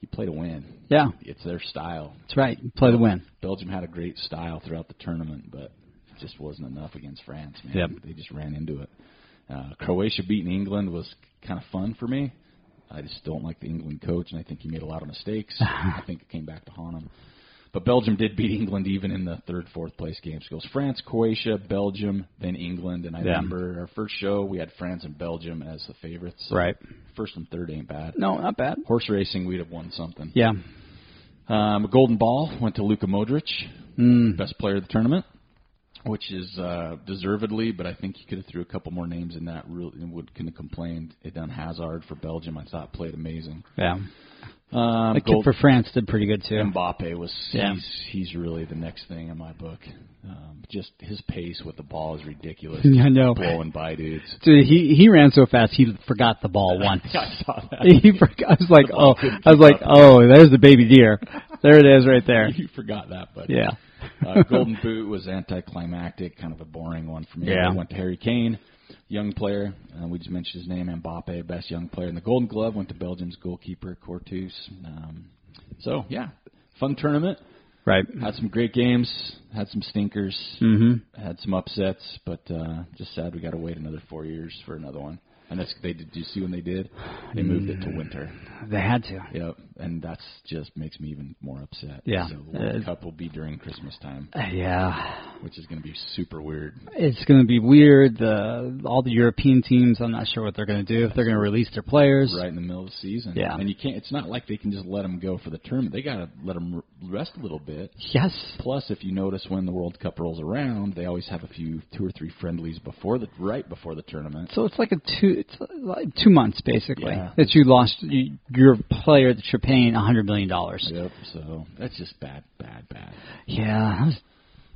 [SPEAKER 1] you play to win.
[SPEAKER 2] Yeah.
[SPEAKER 1] It's their style.
[SPEAKER 2] That's right. Play the win.
[SPEAKER 1] Belgium had a great style throughout the tournament, but it just wasn't enough against France. Man,
[SPEAKER 2] Yep.
[SPEAKER 1] they just ran into it. Uh, Croatia beating England was kind of fun for me. I just don't like the England coach, and I think he made a lot of mistakes. I think it came back to haunt him. But Belgium did beat England even in the third, fourth place games. Goes France, Croatia, Belgium, then England. And I
[SPEAKER 2] Yeah.
[SPEAKER 1] remember our first show we had France and Belgium as the favorites. So
[SPEAKER 2] Right.
[SPEAKER 1] First and third ain't bad.
[SPEAKER 2] No, not bad.
[SPEAKER 1] Horse racing, we'd have won something.
[SPEAKER 2] Yeah.
[SPEAKER 1] Um, golden ball went to Luka Modric,
[SPEAKER 2] Mm.
[SPEAKER 1] best player of the tournament, which is uh, deservedly. But I think you could have threw a couple more names in that. Really, and would couldn't have complained. It done Hazard for Belgium. I thought played amazing.
[SPEAKER 2] Yeah.
[SPEAKER 1] Um,
[SPEAKER 2] The kid
[SPEAKER 1] gold-
[SPEAKER 2] Uh, for France did pretty good too.
[SPEAKER 1] Mbappe was
[SPEAKER 2] Yeah.
[SPEAKER 1] he's, he's really the next thing in my book. Um, just his pace with the ball is ridiculous.
[SPEAKER 2] Yeah, I know.
[SPEAKER 1] Blowing by dudes.
[SPEAKER 2] Dude, he he ran so fast he forgot the ball once.
[SPEAKER 1] I saw that.
[SPEAKER 2] he forgot. I was like,
[SPEAKER 1] The
[SPEAKER 2] oh,
[SPEAKER 1] ball couldn't
[SPEAKER 2] I was
[SPEAKER 1] keep
[SPEAKER 2] like, oh, there's the baby deer. There it is, right there.
[SPEAKER 1] You forgot that, but
[SPEAKER 2] Yeah.
[SPEAKER 1] uh, Golden Boot was anticlimactic, kind of a boring one for me.
[SPEAKER 2] Yeah.
[SPEAKER 1] It went to Harry Kane, young player. Uh, we just mentioned his name, Mbappe, best young player. And the Golden Glove went to Belgium's goalkeeper, Courtois. Um, so, yeah, fun tournament.
[SPEAKER 2] Right.
[SPEAKER 1] Had some great games, had some stinkers,
[SPEAKER 2] Mm-hmm.
[SPEAKER 1] had some upsets, but uh, just sad we got to wait another four years for another one. And that's they did. You see when they did, they moved it to winter.
[SPEAKER 2] They had to.
[SPEAKER 1] Yep, and that's just makes me even more upset.
[SPEAKER 2] Yeah.
[SPEAKER 1] so World
[SPEAKER 2] Uh,
[SPEAKER 1] Cup will be during Christmas time
[SPEAKER 2] Yeah.
[SPEAKER 1] which is going to be super weird.
[SPEAKER 2] It's going to be weird. The all the European teams. I'm not sure what they're going to do if they're going to release their players.
[SPEAKER 1] Right in the middle of the season.
[SPEAKER 2] Yeah.
[SPEAKER 1] And you can't. It's not like they can just let them go for the tournament. They got to let them rest a little bit.
[SPEAKER 2] Yes.
[SPEAKER 1] Plus, if you notice when the World Cup rolls around, they always have a few, two or three friendlies before the right before the tournament.
[SPEAKER 2] So it's like a two. It's like two months basically
[SPEAKER 1] Yeah.
[SPEAKER 2] that you lost y- your player that you're paying a hundred million dollars.
[SPEAKER 1] Yep. So that's just bad, bad, bad.
[SPEAKER 2] Yeah. Those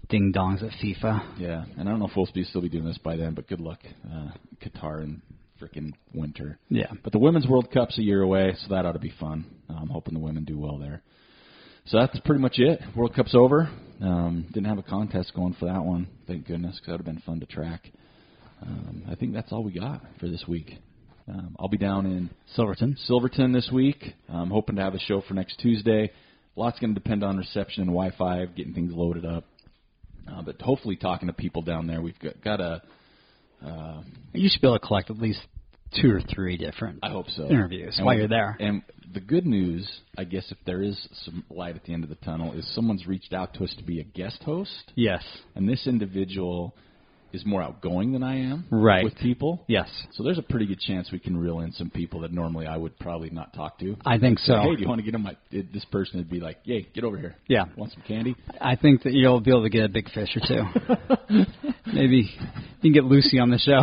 [SPEAKER 2] ding dongs at FIFA.
[SPEAKER 1] Yeah. And I don't know if we'll be still be doing this by then, but good luck, uh, Qatar in freaking winter.
[SPEAKER 2] Yeah.
[SPEAKER 1] But the Women's World Cup's a year away, so that ought to be fun. I'm hoping the women do well there. So that's pretty much it. World Cup's over. Um, didn't have a contest going for that one, thank goodness, 'cause that would have been fun to track. Um, I think that's all we got for this week. Um, I'll be down in
[SPEAKER 2] Silverton.
[SPEAKER 1] Silverton this week. I'm hoping to have a show for next Tuesday. Lots going to depend on reception and Wi-Fi, getting things loaded up. Uh, but hopefully, talking to people down there, we've got, got a. Uh,
[SPEAKER 2] You should be able to collect at least two or three different.
[SPEAKER 1] I hope so.
[SPEAKER 2] Interviews while
[SPEAKER 1] we-
[SPEAKER 2] you're there.
[SPEAKER 1] And the good news, I guess, if there is some light at the end of the tunnel, is someone's reached out to us to be a guest host,
[SPEAKER 2] Yes.
[SPEAKER 1] and this individual is more outgoing than I am
[SPEAKER 2] Right.
[SPEAKER 1] with people.
[SPEAKER 2] Yes.
[SPEAKER 1] So there's a pretty good chance we can reel in some people that normally I would probably not talk to.
[SPEAKER 2] I think so.
[SPEAKER 1] Hey, do you want to get on my? it- This person would be like, "Yay, get over here.
[SPEAKER 2] Yeah.
[SPEAKER 1] want some candy?"
[SPEAKER 2] I think that you'll be able to get a big fish or two. Maybe you can get Lucy on the show.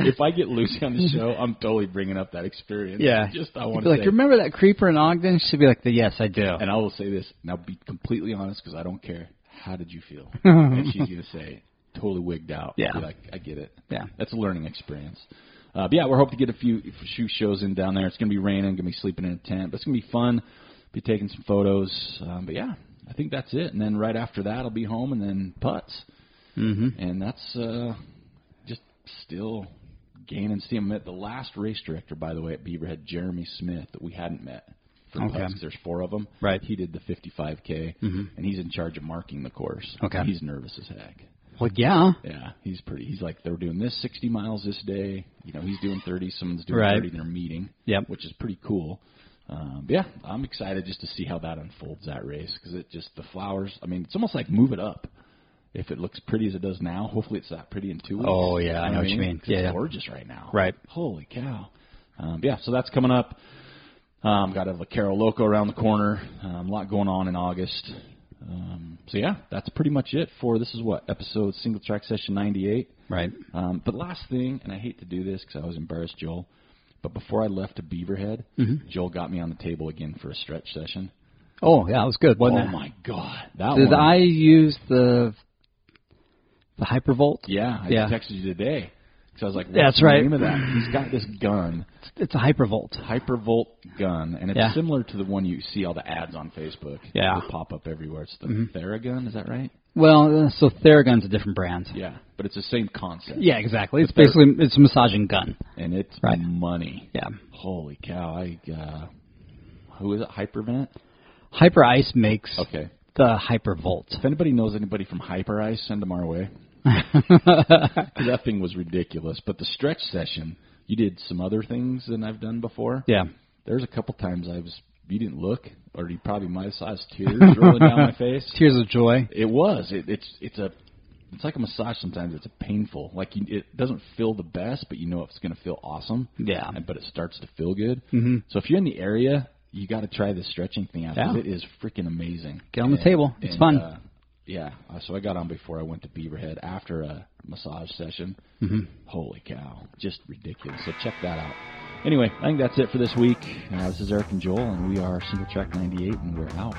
[SPEAKER 1] if I get Lucy on the show, I'm totally bringing up that experience. just I want
[SPEAKER 2] Be
[SPEAKER 1] to
[SPEAKER 2] like,
[SPEAKER 1] say,
[SPEAKER 2] remember that creeper in Ogden? She'd be like, yes, I do.
[SPEAKER 1] And I will say this, and I'll be completely honest because I don't care. How did you feel? and she's gonna say, totally wigged out.
[SPEAKER 2] Yeah.
[SPEAKER 1] Be like I get it.
[SPEAKER 2] Yeah.
[SPEAKER 1] That's a learning experience. Uh, but yeah, we're hoping to get a few a few shows in down there. It's gonna be raining, gonna be sleeping in a tent, but it's gonna be fun. Be taking some photos. Um, but yeah, I think that's it. And then right after that, I'll be home and then putts.
[SPEAKER 2] Mm-hmm.
[SPEAKER 1] And that's uh, just still gaining steam. I met the last race director, by the way, at Beaverhead, Jeremy Smith, that we hadn't met. For
[SPEAKER 2] Okay.
[SPEAKER 1] putts. There's four of them.
[SPEAKER 2] Right. Mm-hmm.
[SPEAKER 1] He did the 55K, and he's in charge of marking the course.
[SPEAKER 2] Okay.
[SPEAKER 1] He's nervous as heck.
[SPEAKER 2] Well, yeah.
[SPEAKER 1] Yeah, he's pretty. He's like, they're doing this 60 miles this day. You know, he's doing 30. Someone's doing
[SPEAKER 2] Right.
[SPEAKER 1] 30 in their meeting.
[SPEAKER 2] Yep.
[SPEAKER 1] Which is pretty cool. Um, but yeah, I'm excited just to see how that unfolds that race because it just the flowers. I mean, it's almost like move it up. If it looks pretty as it does now, hopefully it's that pretty in two weeks.
[SPEAKER 2] Oh, yeah, I know what you mean.
[SPEAKER 1] 'Cause
[SPEAKER 2] Yeah,
[SPEAKER 1] it's
[SPEAKER 2] yeah.
[SPEAKER 1] gorgeous right now.
[SPEAKER 2] Right.
[SPEAKER 1] Holy cow. Um, yeah, so that's coming up. Um, got a Vaquero Loco around the corner. Um, a lot going on in August. Um, so yeah, that's pretty much it for this is what episode single track session 98.
[SPEAKER 2] Right.
[SPEAKER 1] Um, but last thing, and I hate to do this because I was embarrassed, Joel. But before I left to Beaverhead,
[SPEAKER 2] Mm-hmm.
[SPEAKER 1] Joel got me on the table again for a stretch session.
[SPEAKER 2] Oh, yeah, it was good, wasn't
[SPEAKER 1] oh
[SPEAKER 2] it?
[SPEAKER 1] my god, that
[SPEAKER 2] Did
[SPEAKER 1] one!
[SPEAKER 2] I use the the Hypervolt?
[SPEAKER 1] yeah, I
[SPEAKER 2] Yeah.
[SPEAKER 1] texted you today because I was like, What's
[SPEAKER 2] That's
[SPEAKER 1] the
[SPEAKER 2] right.
[SPEAKER 1] Name of that? He's got this gun,
[SPEAKER 2] It's, it's a Hypervolt.
[SPEAKER 1] hypervolt gun, and it's
[SPEAKER 2] Yeah.
[SPEAKER 1] similar to the one you see all the ads on Facebook.
[SPEAKER 2] Yeah. Mm-hmm.
[SPEAKER 1] that pop up everywhere. It's the Theragun, is that right?
[SPEAKER 2] Well, uh, so Theragun's a different brand.
[SPEAKER 1] Yeah, but it's the same concept.
[SPEAKER 2] Yeah, exactly. It's
[SPEAKER 1] But they're-
[SPEAKER 2] basically it's a massaging gun.
[SPEAKER 1] and it's
[SPEAKER 2] Right.
[SPEAKER 1] money.
[SPEAKER 2] Yeah.
[SPEAKER 1] Holy cow! I uh, who is it? Hypervent.
[SPEAKER 2] Hyper Ice makes
[SPEAKER 1] Okay.
[SPEAKER 2] the Hypervolt.
[SPEAKER 1] If anybody knows anybody from Hyper Ice, send them our way. 'Cause that thing was ridiculous. But the stretch session, you did some other things than I've done before.
[SPEAKER 2] Yeah.
[SPEAKER 1] There's a couple times I was you didn't look, or you probably might have saw his tears rolling down my face.
[SPEAKER 2] Tears of Joy.
[SPEAKER 1] It was. It, it's it's a it's like a massage sometimes. It's a painful. Like you, it doesn't feel the best, but you know it's going to feel awesome.
[SPEAKER 2] Yeah.
[SPEAKER 1] And, but it starts to feel good. Mm-hmm. So if you're in the area, you got to try this stretching thing out.
[SPEAKER 2] Yeah.
[SPEAKER 1] 'cause It is freaking amazing.
[SPEAKER 2] Get on the table. It's fun.
[SPEAKER 1] Uh, yeah. uh, So I got on before I went to Beaverhead after a massage session.
[SPEAKER 2] Mm-hmm.
[SPEAKER 1] Holy cow. Just ridiculous. So check that out. Anyway, I think that's it for this week. Uh, this is Eric and Joel, and we are Single Track 98, and we're out.